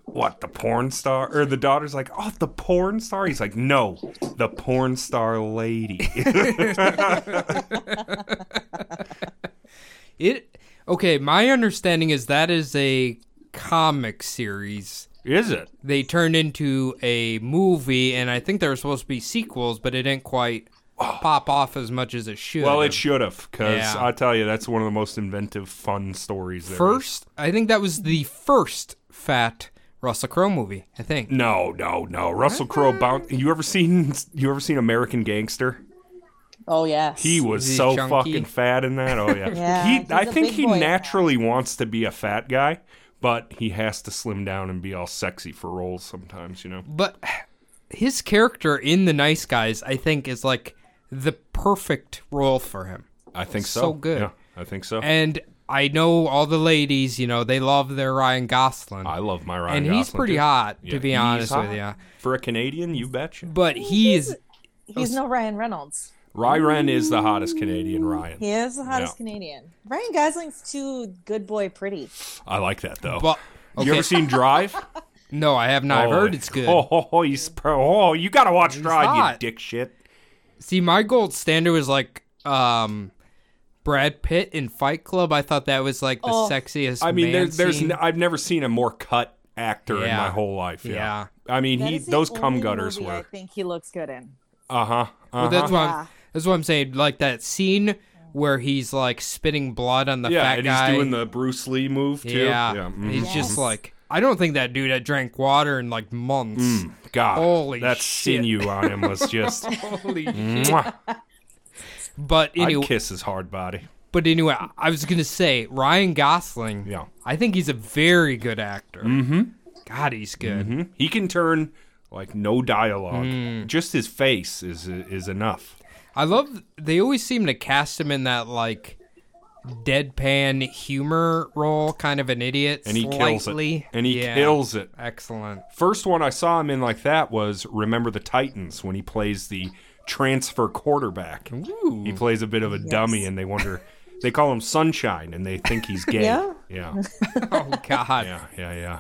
Speaker 3: What the porn star or the daughter's like? Oh, the porn star. He's like, no, the porn star lady.
Speaker 1: It okay. My understanding is that is a comic series.
Speaker 3: Is it?
Speaker 1: They turned into a movie, and I think there were supposed to be sequels, but it didn't quite pop off as much as it should.
Speaker 3: Oh. Well,
Speaker 1: have.
Speaker 3: it should have, because
Speaker 1: Yeah.
Speaker 3: I tell you, that's one of the most inventive, fun stories. There is.
Speaker 1: first. I think that was the first fat Russell Crowe movie. I think.
Speaker 3: No, no, no. Russell Crowe. Bound- you ever seen? You ever seen American Gangster?
Speaker 2: oh yes.
Speaker 3: He was
Speaker 1: he
Speaker 3: so
Speaker 1: chunky?
Speaker 3: fucking fat in that. Oh yeah.
Speaker 2: Yeah,
Speaker 3: he,
Speaker 2: he's
Speaker 3: I
Speaker 2: a
Speaker 3: think
Speaker 2: big
Speaker 3: he
Speaker 2: boy now.
Speaker 3: naturally wants to be a fat guy, but he has to slim down and be all sexy for roles sometimes. You know.
Speaker 1: But his character in The Nice Guys, I think, is like the perfect role for him.
Speaker 3: I think so.
Speaker 1: So good.
Speaker 3: Yeah, I think so.
Speaker 1: And I know all the ladies, you know, they love their Ryan Gosling.
Speaker 3: I love my Ryan.
Speaker 1: and he's
Speaker 3: Gosling,
Speaker 1: pretty
Speaker 3: too.
Speaker 1: hot,
Speaker 3: Yeah,
Speaker 1: to be
Speaker 3: he's
Speaker 1: honest
Speaker 3: hot.
Speaker 1: with you.
Speaker 3: For a Canadian, you betcha.
Speaker 1: But he is
Speaker 2: He's no Ryan Reynolds.
Speaker 3: Ryan is the hottest Canadian. Ryan.
Speaker 2: He is the hottest
Speaker 3: Yeah.
Speaker 2: Canadian. Ryan Gosling's too good boy pretty.
Speaker 3: I like that though.
Speaker 1: But
Speaker 3: You
Speaker 1: okay,
Speaker 3: ever seen Drive?
Speaker 1: no, I have not. I've
Speaker 3: Oh,
Speaker 1: heard it's good.
Speaker 3: Oh, oh, oh, he's pro- oh, you gotta watch Drive,
Speaker 1: hot.
Speaker 3: you dick shit.
Speaker 1: See, my gold standard was like um, Brad Pitt in Fight Club. I thought that was like the
Speaker 2: Oh.
Speaker 1: sexiest.
Speaker 3: I mean, there,
Speaker 1: man
Speaker 3: there's
Speaker 1: scene.
Speaker 3: n- I've never seen a more cut actor in
Speaker 1: Yeah.
Speaker 3: my whole life. Yeah.
Speaker 1: Yeah.
Speaker 3: I mean,
Speaker 2: That
Speaker 3: he
Speaker 2: is the
Speaker 3: those cum
Speaker 2: only
Speaker 3: gutters
Speaker 2: movie I
Speaker 3: were.
Speaker 2: think he looks good in.
Speaker 3: Uh huh.
Speaker 1: But that's what I'm,
Speaker 2: Yeah.
Speaker 1: that's what I'm saying. Like that scene where he's like spitting blood on the
Speaker 3: yeah,
Speaker 1: fat
Speaker 3: and
Speaker 1: guy.
Speaker 3: he's doing the Bruce Lee move too.
Speaker 1: yeah,
Speaker 3: mhm.
Speaker 1: he's just like I don't think that dude had drank water in like months.
Speaker 3: Mm, God.
Speaker 1: holy
Speaker 3: that
Speaker 1: shit. Mm-hmm.
Speaker 3: sinew on him was just.
Speaker 1: Holy shit!
Speaker 3: mwah.
Speaker 1: But
Speaker 3: Mm. I'd
Speaker 1: anyway,
Speaker 3: kiss his hard body.
Speaker 1: but anyway, I- I was gonna say Ryan Gosling.
Speaker 3: Yeah.
Speaker 1: I think he's a very good actor. Mm-hmm. God, he's good.
Speaker 3: Hmm? He can turn like no dialogue.
Speaker 1: Mm.
Speaker 3: Just his face is is enough.
Speaker 1: I love they always seem to cast him in that like deadpan humor role, kind of an idiot.
Speaker 3: And he kills
Speaker 1: slightly.
Speaker 3: it. And he
Speaker 1: Yeah.
Speaker 3: kills it.
Speaker 1: Excellent.
Speaker 3: First one I saw him in like that was Remember the Titans when he plays the transfer quarterback. He plays a bit of a dummy and they wonder they call him Sunshine and they think he's gay.
Speaker 2: Yeah?
Speaker 3: yeah.
Speaker 1: Oh God.
Speaker 3: Yeah, yeah, yeah.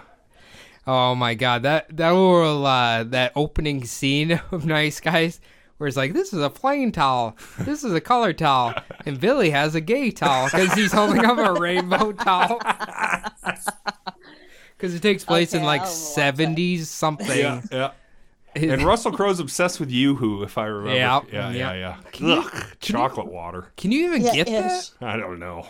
Speaker 1: Oh my God. That that little uh, that opening scene of Nice Guys. Where it's like, this is a plain towel, this is a color towel, and Billy has a gay towel because he's holding up a rainbow towel. Because it takes place in
Speaker 2: Okay,
Speaker 1: like
Speaker 2: I'll watch it.
Speaker 1: 70s something.
Speaker 3: Yeah, yeah. And Russell Crowe's obsessed with Yoo-Hoo, if I remember.
Speaker 1: Yeah,
Speaker 3: yeah,
Speaker 1: yeah.
Speaker 3: yeah. yeah. Ugh, chocolate water.
Speaker 1: Can you even
Speaker 2: Yeah,
Speaker 1: get
Speaker 2: ish.
Speaker 1: that?
Speaker 3: I don't know.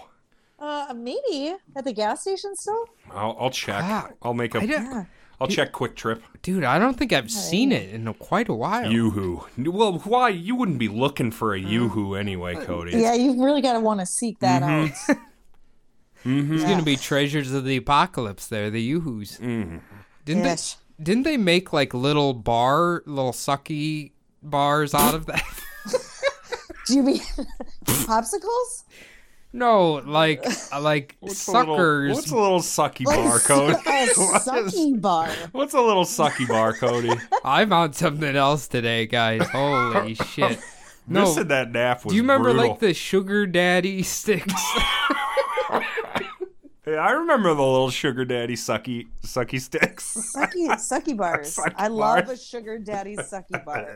Speaker 2: Uh, maybe at the gas station still.
Speaker 3: I'll, I'll check.
Speaker 1: God.
Speaker 3: I'll make a.
Speaker 1: I don't,
Speaker 3: I'll check Quick Trip.
Speaker 1: Dude, I don't think I've seen it in quite a while.
Speaker 3: Yoo-hoo. Well, why? You wouldn't be looking for a yoo-hoo anyway, Cody.
Speaker 2: Yeah, you really got to want to seek that
Speaker 3: Mm-hmm.
Speaker 2: out.
Speaker 1: It's gonna be Treasures of the Apocalypse there, the Yoo-Hoos.
Speaker 3: Mm-hmm.
Speaker 1: Didn't
Speaker 2: Yes.
Speaker 1: they didn't they make like little bar little sucky bars out of that?
Speaker 2: Do you be popsicles?
Speaker 1: no, like uh, like
Speaker 3: What's a little-
Speaker 1: suckers.
Speaker 3: what's a little sucky bar, Cody?
Speaker 2: A sucky bar.
Speaker 3: What's a little sucky bar, Cody?
Speaker 1: I found something else today, guys. Holy shit. No.
Speaker 3: Missing that nap was
Speaker 1: Do you remember
Speaker 3: brutal.
Speaker 1: like the sugar daddy sticks?
Speaker 3: Yeah, I remember the little sugar daddy sucky sucky sticks.
Speaker 2: Sucky, sucky bars.
Speaker 3: Sucky
Speaker 2: I love
Speaker 3: bars.
Speaker 2: a sugar daddy sucky bar.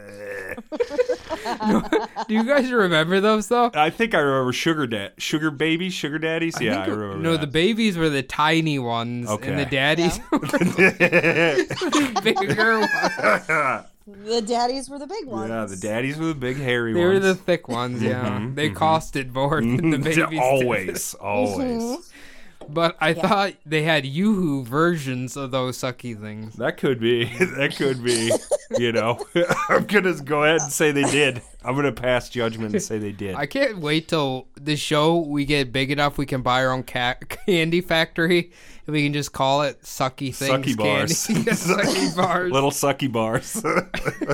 Speaker 1: Do you guys remember those though?
Speaker 3: I think I remember sugar dad, sugar babies, sugar daddies. Uh, yeah, I
Speaker 1: think-
Speaker 3: remember.
Speaker 1: No, the babies were the tiny ones, and
Speaker 3: Okay.
Speaker 1: the daddies were
Speaker 3: the
Speaker 1: the bigger ones.
Speaker 2: The daddies were the big ones.
Speaker 3: yeah, the daddies were the big hairy
Speaker 1: They were
Speaker 3: ones. Mm-hmm,
Speaker 1: the thick ones. Yeah, they costed more than the babies. did.
Speaker 3: always,
Speaker 2: Mm-hmm.
Speaker 3: always.
Speaker 1: But I thought they had YooHoo versions of those sucky things.
Speaker 3: that could be. That could be. You know, I'm gonna go ahead and say they did. I'm gonna pass judgment and say they did.
Speaker 1: I can't wait till the show we get big enough we can buy our own ca- candy factory and we can just call it Sucky Things
Speaker 3: Sucky bars.
Speaker 1: Candy. sucky bars.
Speaker 3: Little sucky bars.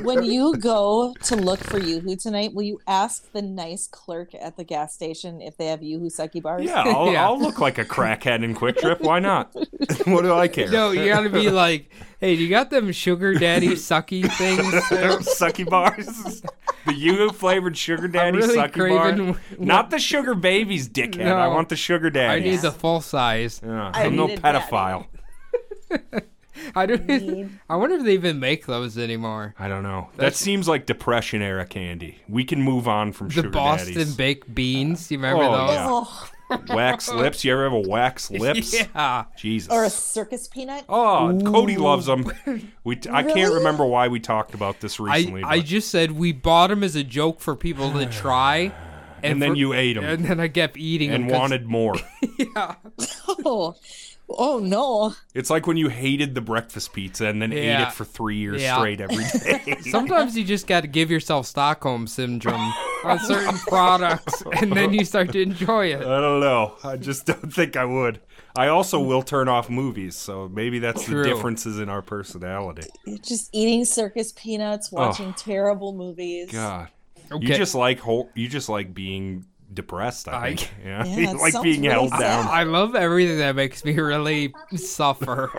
Speaker 2: when you go to look for Yoo-Hoo tonight, will you ask the nice clerk at the gas station if they have Yoo-Hoo sucky bars?
Speaker 3: yeah, oh, I'll,
Speaker 1: Yeah.
Speaker 3: I'll look like a crackhead in Quick Trip. Why not? what do I care?
Speaker 1: No, you gotta be like, hey, you got them sugar daddy sucky things? there?"
Speaker 3: sucky bars. The yoo flavored sugar daddy
Speaker 1: really
Speaker 3: sucky bar.
Speaker 1: craving w-
Speaker 3: Not the sugar babies, dickhead. I
Speaker 1: No.
Speaker 3: want the sugar
Speaker 1: I
Speaker 3: daddy.
Speaker 1: need the full size.
Speaker 2: I
Speaker 3: am no
Speaker 2: needed daddy.
Speaker 3: pedophile.
Speaker 1: I don't. I wonder if they even make those anymore.
Speaker 3: I don't know. That seems like depression era candy. We can move on from
Speaker 1: The
Speaker 3: sugar
Speaker 1: Boston
Speaker 3: daddies.
Speaker 1: baked beans. You remember
Speaker 3: Oh,
Speaker 1: those?
Speaker 3: yeah.
Speaker 2: Oh,
Speaker 3: wax lips. You ever have a wax lips?
Speaker 1: Yeah.
Speaker 3: Jesus.
Speaker 2: or a circus peanut?
Speaker 3: Oh, Cody loves them. We t- I can't
Speaker 2: Really?
Speaker 3: remember why we talked about this recently.
Speaker 1: I, I
Speaker 3: but-
Speaker 1: just said we bought them as a joke for people to try, and,
Speaker 3: and then
Speaker 1: for-
Speaker 3: you ate them
Speaker 1: and then I kept eating
Speaker 3: and
Speaker 1: 'em 'cause-
Speaker 3: wanted more.
Speaker 2: Oh, oh no.
Speaker 3: It's like when you hated the breakfast pizza and then ate
Speaker 1: Yeah.
Speaker 3: it for three years
Speaker 1: Yeah.
Speaker 3: straight every day.
Speaker 1: Sometimes you just got to give yourself Stockholm syndrome on certain products, and then you start to enjoy it.
Speaker 3: I don't know. I just don't think I would. I also will turn off movies, so maybe that's
Speaker 1: True.
Speaker 3: the differences in our personality.
Speaker 2: Just eating circus peanuts, watching terrible movies.
Speaker 3: Oh. God,
Speaker 1: Okay.
Speaker 3: you just like whole, you just like being depressed. I,
Speaker 1: I-
Speaker 3: think. Yeah,
Speaker 2: Yeah,
Speaker 3: You
Speaker 2: that
Speaker 3: like
Speaker 2: sounds
Speaker 3: being
Speaker 2: really
Speaker 3: held
Speaker 2: sad.
Speaker 3: down.
Speaker 1: I love everything that makes me really suffer.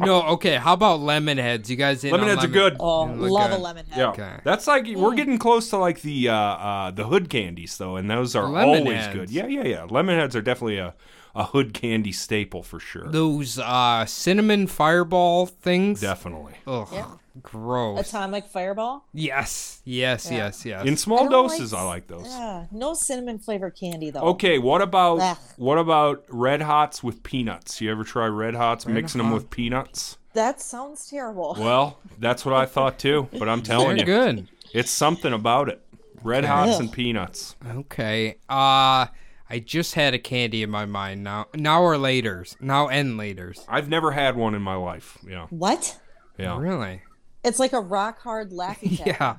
Speaker 1: no, okay. How about lemon heads? You guys, in on
Speaker 3: Lemonheads are
Speaker 1: lemon-
Speaker 3: good.
Speaker 2: Oh,
Speaker 1: look
Speaker 2: love
Speaker 1: good.
Speaker 2: a lemon head.
Speaker 3: yeah,
Speaker 1: Okay.
Speaker 3: that's like we're getting close to like the uh, uh, the hood candies though, and those are
Speaker 1: Lemon
Speaker 3: always
Speaker 1: heads.
Speaker 3: good. Yeah, yeah, yeah. Lemon heads are definitely a, a hood candy staple for sure.
Speaker 1: Those uh, cinnamon fireball things.
Speaker 3: definitely.
Speaker 1: Ugh, gross.
Speaker 2: Atomic Fireball.
Speaker 1: yes, yes, yes, yes.
Speaker 3: In small
Speaker 2: I don't like
Speaker 3: doses, I
Speaker 2: s-
Speaker 3: like those.
Speaker 2: Yeah, no cinnamon flavored candy though.
Speaker 3: Okay, what about
Speaker 2: Ugh.
Speaker 3: what about red hots with peanuts? You ever try red hots mixing them with peanuts?
Speaker 2: That sounds terrible.
Speaker 3: Well, that's what I thought too, but I'm telling
Speaker 1: They're
Speaker 3: you,
Speaker 1: good.
Speaker 3: it's something about it. Red hots and peanuts.
Speaker 1: Okay. Uh I just had a candy in my mind now. Now or later's. Now and later's.
Speaker 3: I've never had one in my life. Yeah,
Speaker 2: What?
Speaker 3: yeah,
Speaker 1: Really?
Speaker 2: It's like a rock hard laffy taffy.
Speaker 1: Yeah.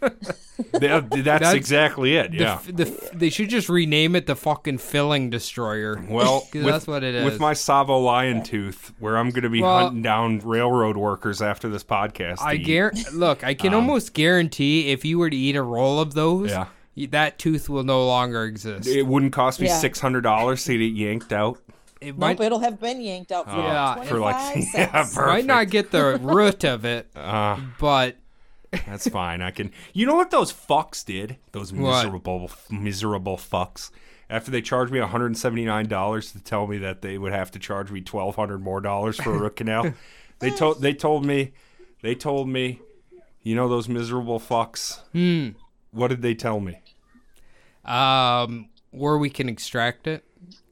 Speaker 3: yeah. That- that's, exactly it. Yeah.
Speaker 1: The, f- they should just rename it the fucking filling destroyer.
Speaker 3: Well,
Speaker 1: 'Cause
Speaker 3: with,
Speaker 1: that's what it is.
Speaker 3: with my Savo lion tooth, where I'm going to be
Speaker 1: Well-
Speaker 3: hunting down railroad workers after this podcast.
Speaker 1: I
Speaker 3: to eat.
Speaker 1: guar look, I can almost guarantee if you were to eat a roll of those,
Speaker 3: Um, Yeah.
Speaker 1: y- that tooth will no longer exist.
Speaker 3: It wouldn't cost me
Speaker 2: Yeah.
Speaker 3: six hundred dollars to get it yanked out.
Speaker 1: It
Speaker 2: Nope,
Speaker 1: might
Speaker 2: it'll have been yanked out for
Speaker 1: Yeah,
Speaker 2: like
Speaker 3: for
Speaker 2: 25
Speaker 3: like
Speaker 2: cents.
Speaker 3: yeah, perfect.
Speaker 1: might not get the root of it,
Speaker 3: Uh,
Speaker 1: but
Speaker 3: that's fine. I can. You know what those fucks did? Those
Speaker 1: What?
Speaker 3: miserable, miserable fucks. After they charged me one hundred and seventy nine dollars to tell me that they would have to charge me twelve hundred more dollars for a root canal, they told they told me, they told me, you know those miserable fucks. Hmm. What did they tell me?
Speaker 1: um where we can extract it.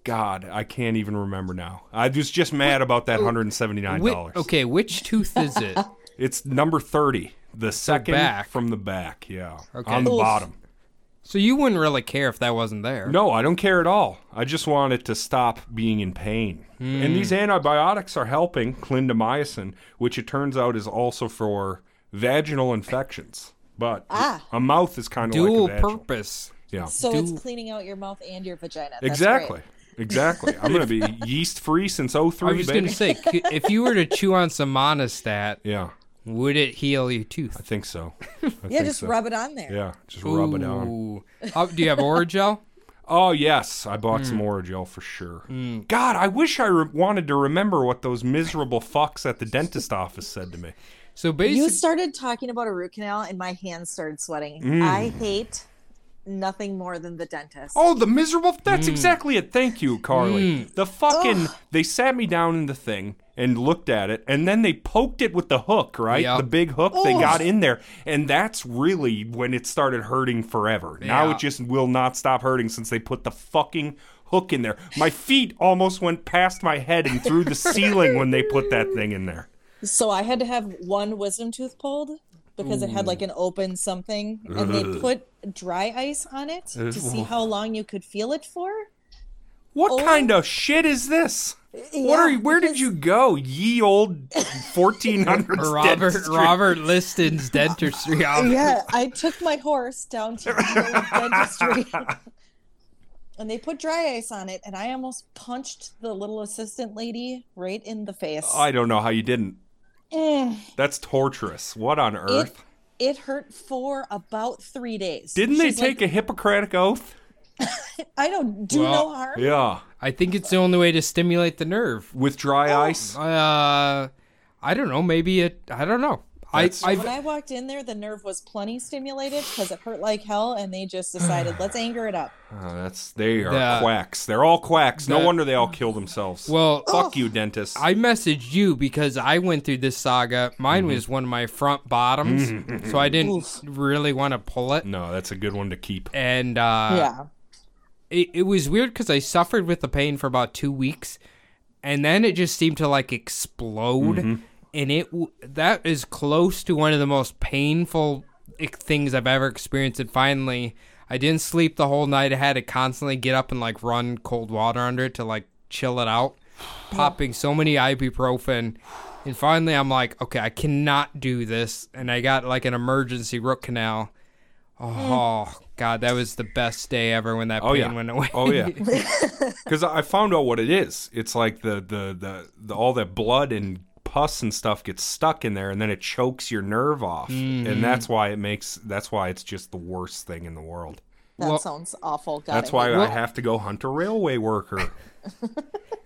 Speaker 3: God, I can't even remember now. I was just mad about that hundred and seventy nine
Speaker 1: Whi-
Speaker 3: dollars.
Speaker 1: Oh, okay, which tooth is it?
Speaker 3: It's number 30, the second
Speaker 1: back.
Speaker 3: from the back, yeah.
Speaker 1: Okay.
Speaker 3: On the
Speaker 2: Oof.
Speaker 3: bottom.
Speaker 1: So you wouldn't really care if that wasn't there.
Speaker 3: No, I don't care at all. I just want it to stop being in pain. And these antibiotics are helping clindamycin, which it turns out is also for vaginal infections. But
Speaker 2: Ah.
Speaker 3: a mouth is kind of
Speaker 1: Dual
Speaker 3: like a vaginal.
Speaker 1: purpose.
Speaker 3: yeah,
Speaker 2: So
Speaker 1: Do-
Speaker 2: it's cleaning out your mouth and your vagina. That's great.
Speaker 3: exactly, exactly. I'm gonna be yeast free since 03,
Speaker 1: I was
Speaker 3: baby.
Speaker 1: going to say, c- if you were to chew on some monostat,
Speaker 3: yeah,
Speaker 1: would it heal your tooth?
Speaker 3: I think so. I
Speaker 2: Yeah,
Speaker 3: think
Speaker 2: just
Speaker 3: so.
Speaker 2: rub it on there.
Speaker 3: Yeah, just rub it on.
Speaker 1: Ooh. Oh, do you have Orajel?
Speaker 3: Oh yes, I bought some Orajel for sure. God, I wish I re- wanted to remember what those miserable fucks at the dentist office said to me.
Speaker 1: So
Speaker 2: You
Speaker 1: basically,
Speaker 2: started talking about a root canal, and my hands started sweating. I hate nothing more than the dentist.
Speaker 3: Mm. Oh, the miserable.
Speaker 1: Mm.
Speaker 3: That's exactly it. Thank you, Carly. The fucking. They sat me down in the thing and looked at it, and then they poked it with the hook, right?
Speaker 1: Yeah.
Speaker 3: The big hook they got in there. And that's really when it started hurting forever. Now
Speaker 1: Yeah.
Speaker 3: it just will not stop hurting since they put the fucking hook in there. My feet almost went past my head and through the ceiling when they put that thing in there.
Speaker 2: So I had to have one wisdom tooth pulled because it had like an open something, and they put dry ice on it to see how long you could feel it for.
Speaker 3: What kind of shit is this? What
Speaker 2: Oh.
Speaker 3: are
Speaker 2: Yeah,
Speaker 3: you, where did
Speaker 2: because-
Speaker 3: you go? Ye old 1400s
Speaker 1: Robert
Speaker 3: dentistry.
Speaker 1: Robert Liston's dentistry office.
Speaker 2: Yeah, I took my horse down to the little dentistry. And they put dry ice on it, and I almost punched the little assistant lady right in the face.
Speaker 3: I don't know how you didn't.
Speaker 2: Mm.
Speaker 3: That's torturous. What on
Speaker 2: it,
Speaker 3: earth?
Speaker 2: it hurt for about three days.
Speaker 3: Didn't they
Speaker 2: She's
Speaker 3: take
Speaker 2: like,
Speaker 3: a Hippocratic oath?
Speaker 2: I don't do
Speaker 1: Well,
Speaker 2: no harm.
Speaker 3: Yeah.
Speaker 1: I think it's the only way to stimulate the nerve.
Speaker 3: With dry
Speaker 2: Oh.
Speaker 3: ice?
Speaker 1: Uh, I don't know. Maybe it. I don't know. I,
Speaker 3: That's-
Speaker 1: I
Speaker 2: When I walked in there, the nerve was plenty stimulated because it hurt like hell, and they just decided let's anger it up.
Speaker 3: Oh, that's they are
Speaker 1: The-
Speaker 3: quacks. They're all quacks. no
Speaker 1: the-
Speaker 3: wonder they all kill themselves.
Speaker 1: well,
Speaker 3: fuck you, dentist.
Speaker 1: I messaged you because I went through this saga.
Speaker 3: Mm-hmm.
Speaker 1: Mine was one of my front bottoms, so I didn't really want to pull it.
Speaker 3: no, that's a good one to keep.
Speaker 1: And uh,
Speaker 2: yeah,
Speaker 1: it, it was weird because I suffered with the pain for about two weeks, and then it just seemed to like explode,
Speaker 3: Mm-hmm.
Speaker 1: and it w- that is close to one of the most painful ex- things I've ever experienced. And finally, I didn't sleep the whole night. I had to constantly get up and like run cold water under it to like chill it out, popping so many ibuprofen. And finally, I'm like, okay, I cannot do this, and I got like an emergency root canal. Oh God, that was the best day ever when that pain
Speaker 3: Mm. Oh yeah.
Speaker 1: went away.
Speaker 3: Oh yeah. Because I found out what it is. It's like the, the the the all that blood and pus and stuff gets stuck in there, and then it chokes your nerve off, and that's why it makes. That's why it's just the worst thing in the world.
Speaker 2: that
Speaker 1: well,
Speaker 2: sounds awful. God,
Speaker 3: That's
Speaker 2: I
Speaker 3: why
Speaker 2: hate
Speaker 3: I have to go hunt a railway worker.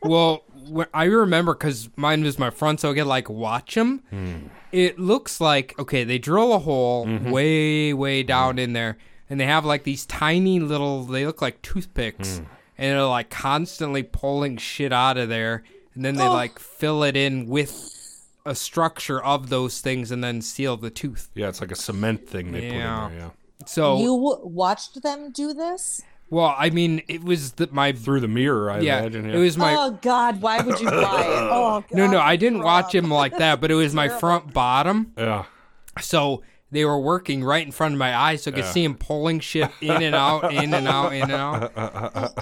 Speaker 1: well, wh- I remember because mine was my front, so I could like watch them.
Speaker 3: Hmm.
Speaker 1: It looks like okay, they drill a hole
Speaker 3: Mm-hmm.
Speaker 1: way, way down in there, and they have like these tiny little. They look like
Speaker 3: Hmm.
Speaker 1: toothpicks, and they're like constantly pulling shit out of there, and then they like fill it in with a structure of those things, and then seal the tooth.
Speaker 3: yeah, it's like a cement thing they put
Speaker 1: Yeah.
Speaker 3: in there. Yeah,
Speaker 1: So,
Speaker 2: You w- watched them do this?
Speaker 1: well, I mean, it was the, my.
Speaker 3: through the mirror. I
Speaker 1: Yeah,
Speaker 3: imagine. Yeah.
Speaker 1: it was my
Speaker 2: oh God, why would you lie? Oh God,
Speaker 1: No, no, I didn't
Speaker 2: grow
Speaker 1: watch
Speaker 2: up.
Speaker 1: him like that, but it was my front bottom.
Speaker 3: Yeah.
Speaker 1: So they were working right in front of my eyes, so I could see him pulling shit in and out, in and out, in and out.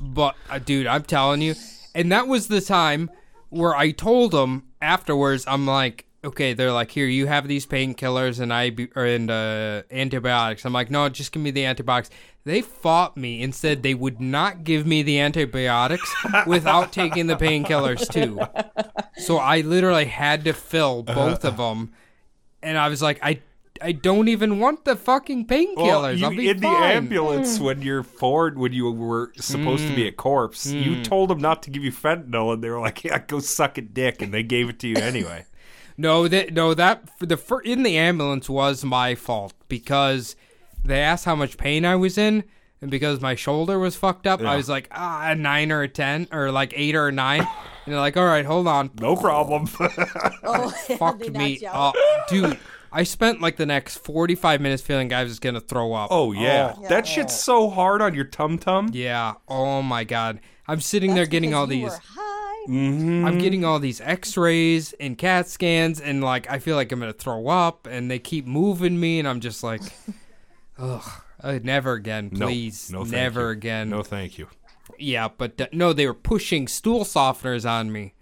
Speaker 1: But, uh, dude, I'm telling you. And that was the time where I told him afterwards, I'm like, okay, they're like, here, you have these painkillers and, IB- or, and uh, antibiotics. I'm like, no, just give me the antibiotics. They fought me and said they would not give me the antibiotics without taking the painkillers too. So I literally had to fill both of them, and I was like, I, I don't even want the fucking painkillers.
Speaker 3: Well, you,
Speaker 1: I'll be
Speaker 3: in the
Speaker 1: fine. Mm.
Speaker 3: ambulance when you're forward, when you were supposed to be a corpse,
Speaker 1: Mm.
Speaker 3: you told them not to give you fentanyl, and they were like, "Yeah, go suck a dick," and they gave it to you anyway.
Speaker 1: No, that no that for the fir- in the ambulance was my fault because they asked how much pain I was in, and because my shoulder was fucked up, I was like ah, a nine or a ten or like eight or a nine, and they're like, all right, hold on,
Speaker 3: No problem.
Speaker 2: Oh, yeah, they
Speaker 1: fucked
Speaker 2: knocked
Speaker 1: me
Speaker 2: you out.
Speaker 1: up, dude. I spent like the next forty five minutes feeling I was gonna throw up.
Speaker 3: oh yeah,
Speaker 2: Yeah.
Speaker 3: that shit's so hard on your tum tum.
Speaker 1: Yeah. Oh my god. I'm sitting there
Speaker 2: That's
Speaker 1: getting
Speaker 2: because
Speaker 1: all
Speaker 2: you were
Speaker 1: these
Speaker 2: high.
Speaker 1: I'm
Speaker 2: Mm-hmm.
Speaker 1: getting all these x-rays and cat scans and like I feel like I'm going to throw up and they keep moving me and I'm just like ugh. Uh, never again,
Speaker 3: No,
Speaker 1: please.
Speaker 3: no, thank
Speaker 1: never
Speaker 3: you.
Speaker 1: again.
Speaker 3: No, thank you.
Speaker 1: Yeah, but th- no, they were pushing stool softeners on me,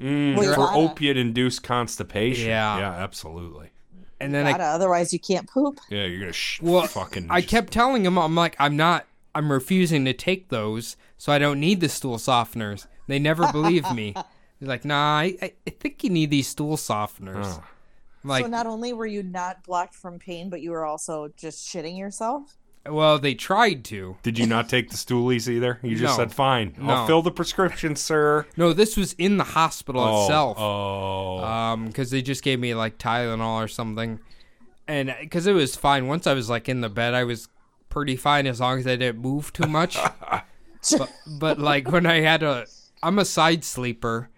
Speaker 2: Well, you
Speaker 3: For
Speaker 2: gotta.
Speaker 3: opiate-induced constipation.
Speaker 1: Yeah.
Speaker 3: yeah, absolutely.
Speaker 1: and then I
Speaker 2: Gotta, otherwise you can't poop.
Speaker 3: Yeah, you're gonna sh-
Speaker 1: Well,
Speaker 3: fucking.
Speaker 1: I kept telling him, I'm like, I'm not, I'm refusing to take those, so I don't need the stool softeners. They never believed me. They're like, nah, I, I I think you need these stool softeners.
Speaker 3: Oh.
Speaker 1: I'm like,
Speaker 2: so not only were you not blocked from pain, but you were also just shitting yourself.
Speaker 1: well, they tried to.
Speaker 3: Did you not take the stoolies either? You
Speaker 1: No.
Speaker 3: just said, "Fine,
Speaker 1: No.
Speaker 3: I'll fill the prescription, sir."
Speaker 1: No, this was in the hospital itself.
Speaker 3: Oh, oh.
Speaker 1: um because they just gave me like tylenol or something and because it was fine once i was like in the bed i was pretty fine as long as i didn't move too much but, but like when i had a i'm a side sleeper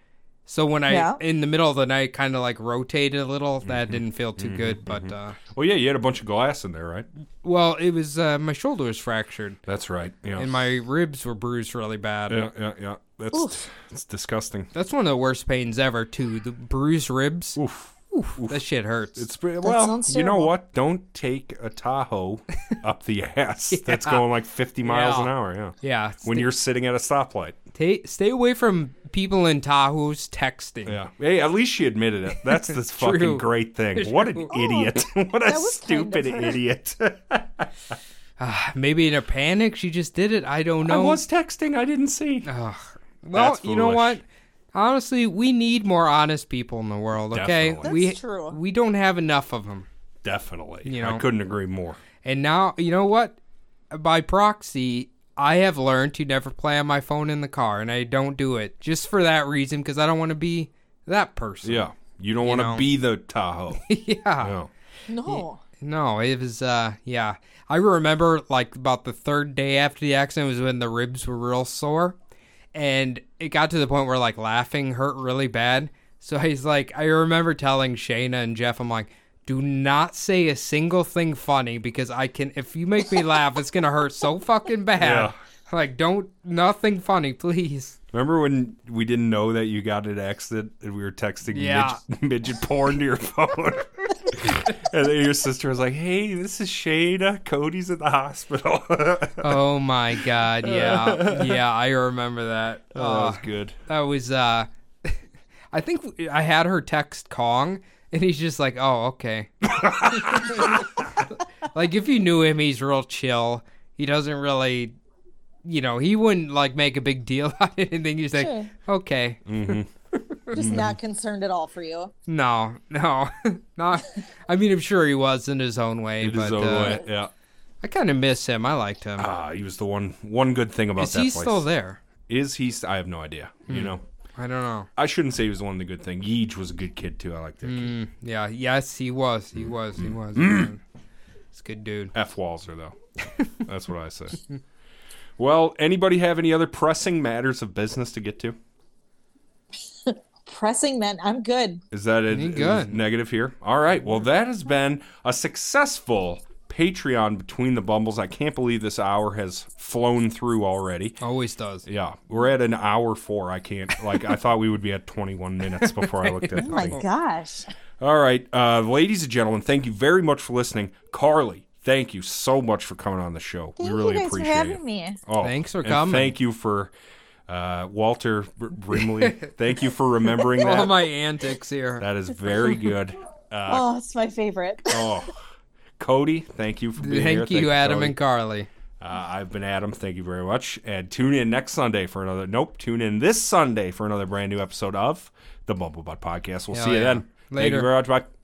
Speaker 1: so when i
Speaker 2: Yeah.
Speaker 1: in the middle of the night kind of like rotated a little
Speaker 3: Mm-hmm.
Speaker 1: that didn't feel too good but uh
Speaker 3: well, yeah, you had a bunch of glass in there, right?
Speaker 1: well it was uh my shoulder was fractured
Speaker 3: That's right. Yeah,
Speaker 1: and my ribs were bruised really bad
Speaker 3: yeah, yeah, yeah. That's that's disgusting.
Speaker 1: that's one of the worst pains ever too the bruised ribs
Speaker 3: Oof.
Speaker 1: that shit hurts
Speaker 3: It's pretty, well,
Speaker 2: sounds
Speaker 3: you know
Speaker 2: terrible.
Speaker 3: what? Don't take a Tahoe up the ass. That's going like 50 miles
Speaker 1: Yeah.
Speaker 3: an hour. Yeah.
Speaker 1: yeah it's
Speaker 3: When you're sitting at a stoplight.
Speaker 1: Ta stay away from people in Tahoe's texting.
Speaker 3: Yeah. Hey, at least she admitted it. That's the fucking great thing. What an idiot. what a
Speaker 2: that was kind of
Speaker 3: stupid
Speaker 2: her.
Speaker 3: idiot.
Speaker 1: Maybe in a panic, she just did it. I don't
Speaker 3: I
Speaker 1: know.
Speaker 3: was texting. I didn't see.
Speaker 1: well,
Speaker 3: That's
Speaker 1: you know
Speaker 3: foolish.
Speaker 1: what? Honestly, we need more honest people in the world. Okay,
Speaker 3: Definitely.
Speaker 1: we
Speaker 2: That's true.
Speaker 1: we don't have enough of them.
Speaker 3: Definitely.
Speaker 1: You know.
Speaker 3: I couldn't agree more.
Speaker 1: And now, you know what? By proxy, I have learned to never play on my phone in the car, and I don't do it just for that reason because I don't want to be that person.
Speaker 3: Yeah. You don't want
Speaker 1: know.
Speaker 3: to be the Tahoe.
Speaker 1: yeah.
Speaker 3: No.
Speaker 2: No.
Speaker 1: No, it was uh yeah. I remember like about the third day after the accident was when the ribs were real sore and it got to the point where like laughing hurt really bad. So he's like I remember telling Shayna and Jeff I'm like do not say a single thing funny because I can if you make me laugh it's going to hurt so fucking bad.
Speaker 3: Yeah.
Speaker 1: Like don't nothing funny please.
Speaker 3: Remember when we didn't know that you got in an accident and we were texting
Speaker 1: Yeah.
Speaker 3: midget, midget porn to your phone? and then your sister was like, hey, this is Shada. Cody's at the hospital. that
Speaker 1: Oh my god. Yeah. Yeah, I remember that. Uh,
Speaker 3: Oh, was good.
Speaker 1: that was uh I think I had her text Kong and he's just like, "Oh, okay." like if you knew him, he's real chill. He doesn't really you know, he wouldn't like make a big deal out of anything. He's like,
Speaker 2: Sure.
Speaker 1: "Okay." Mm.
Speaker 2: Just not concerned at all for you.
Speaker 1: No. No. Not I mean, I'm sure he was in his own way,
Speaker 3: It
Speaker 1: but
Speaker 3: is over
Speaker 1: uh,
Speaker 3: with, Yeah.
Speaker 1: I kind of miss him. I liked him.
Speaker 3: Ah, he was the one one good thing about
Speaker 1: Is
Speaker 3: that
Speaker 1: he
Speaker 3: place.
Speaker 1: still there? Hmm.
Speaker 3: Is he? st- I have no idea. You know,
Speaker 1: I don't know.
Speaker 3: I shouldn't say he was one of the good thing. Yeej was a good kid too. I like that.
Speaker 1: Hmm.
Speaker 3: kid.
Speaker 1: Yeah, yes, he was. He was. He was. It's good dude.
Speaker 3: F Walzer though. That's what I say. Well, anybody have any other pressing matters of business to get to?
Speaker 2: Pressing men, I'm good.
Speaker 3: Is that a
Speaker 1: You
Speaker 3: is
Speaker 1: good.
Speaker 3: negative here? All right. Well, that has been a successful Patreon between the bumbles. I can't believe this hour has flown through already.
Speaker 1: Always does.
Speaker 3: Yeah, we're at an hour four. I can't like I thought we would be at twenty one minutes before I looked at.
Speaker 2: Oh
Speaker 3: the
Speaker 2: my
Speaker 3: thing.
Speaker 2: gosh.
Speaker 3: All right, uh, ladies and gentlemen, thank you very much for listening. Carly, thank you so much for coming on the show.
Speaker 2: Thank
Speaker 3: we really
Speaker 2: you guys for
Speaker 3: appreciate
Speaker 2: having
Speaker 3: it.
Speaker 2: me.
Speaker 3: Oh,
Speaker 1: Thanks for
Speaker 3: and
Speaker 1: coming.
Speaker 3: Thank you for uh, Walter Br- Brimley. thank you for remembering that.
Speaker 1: all my antics here.
Speaker 3: that is very good. Uh,
Speaker 2: Oh, it's my favorite.
Speaker 3: oh, Cody, thank you for being here.
Speaker 1: Thank you, Adam
Speaker 3: Cody.
Speaker 1: and Carly.
Speaker 3: Uh, I've been Adam. Thank you very much. And tune in next Sunday for another. Nope. Tune in this Sunday for another brand new episode of the Bumblebutt Podcast. We'll
Speaker 1: Hell
Speaker 3: see you
Speaker 1: yeah.
Speaker 3: then. Thank
Speaker 1: Later.
Speaker 3: you very much. Bye.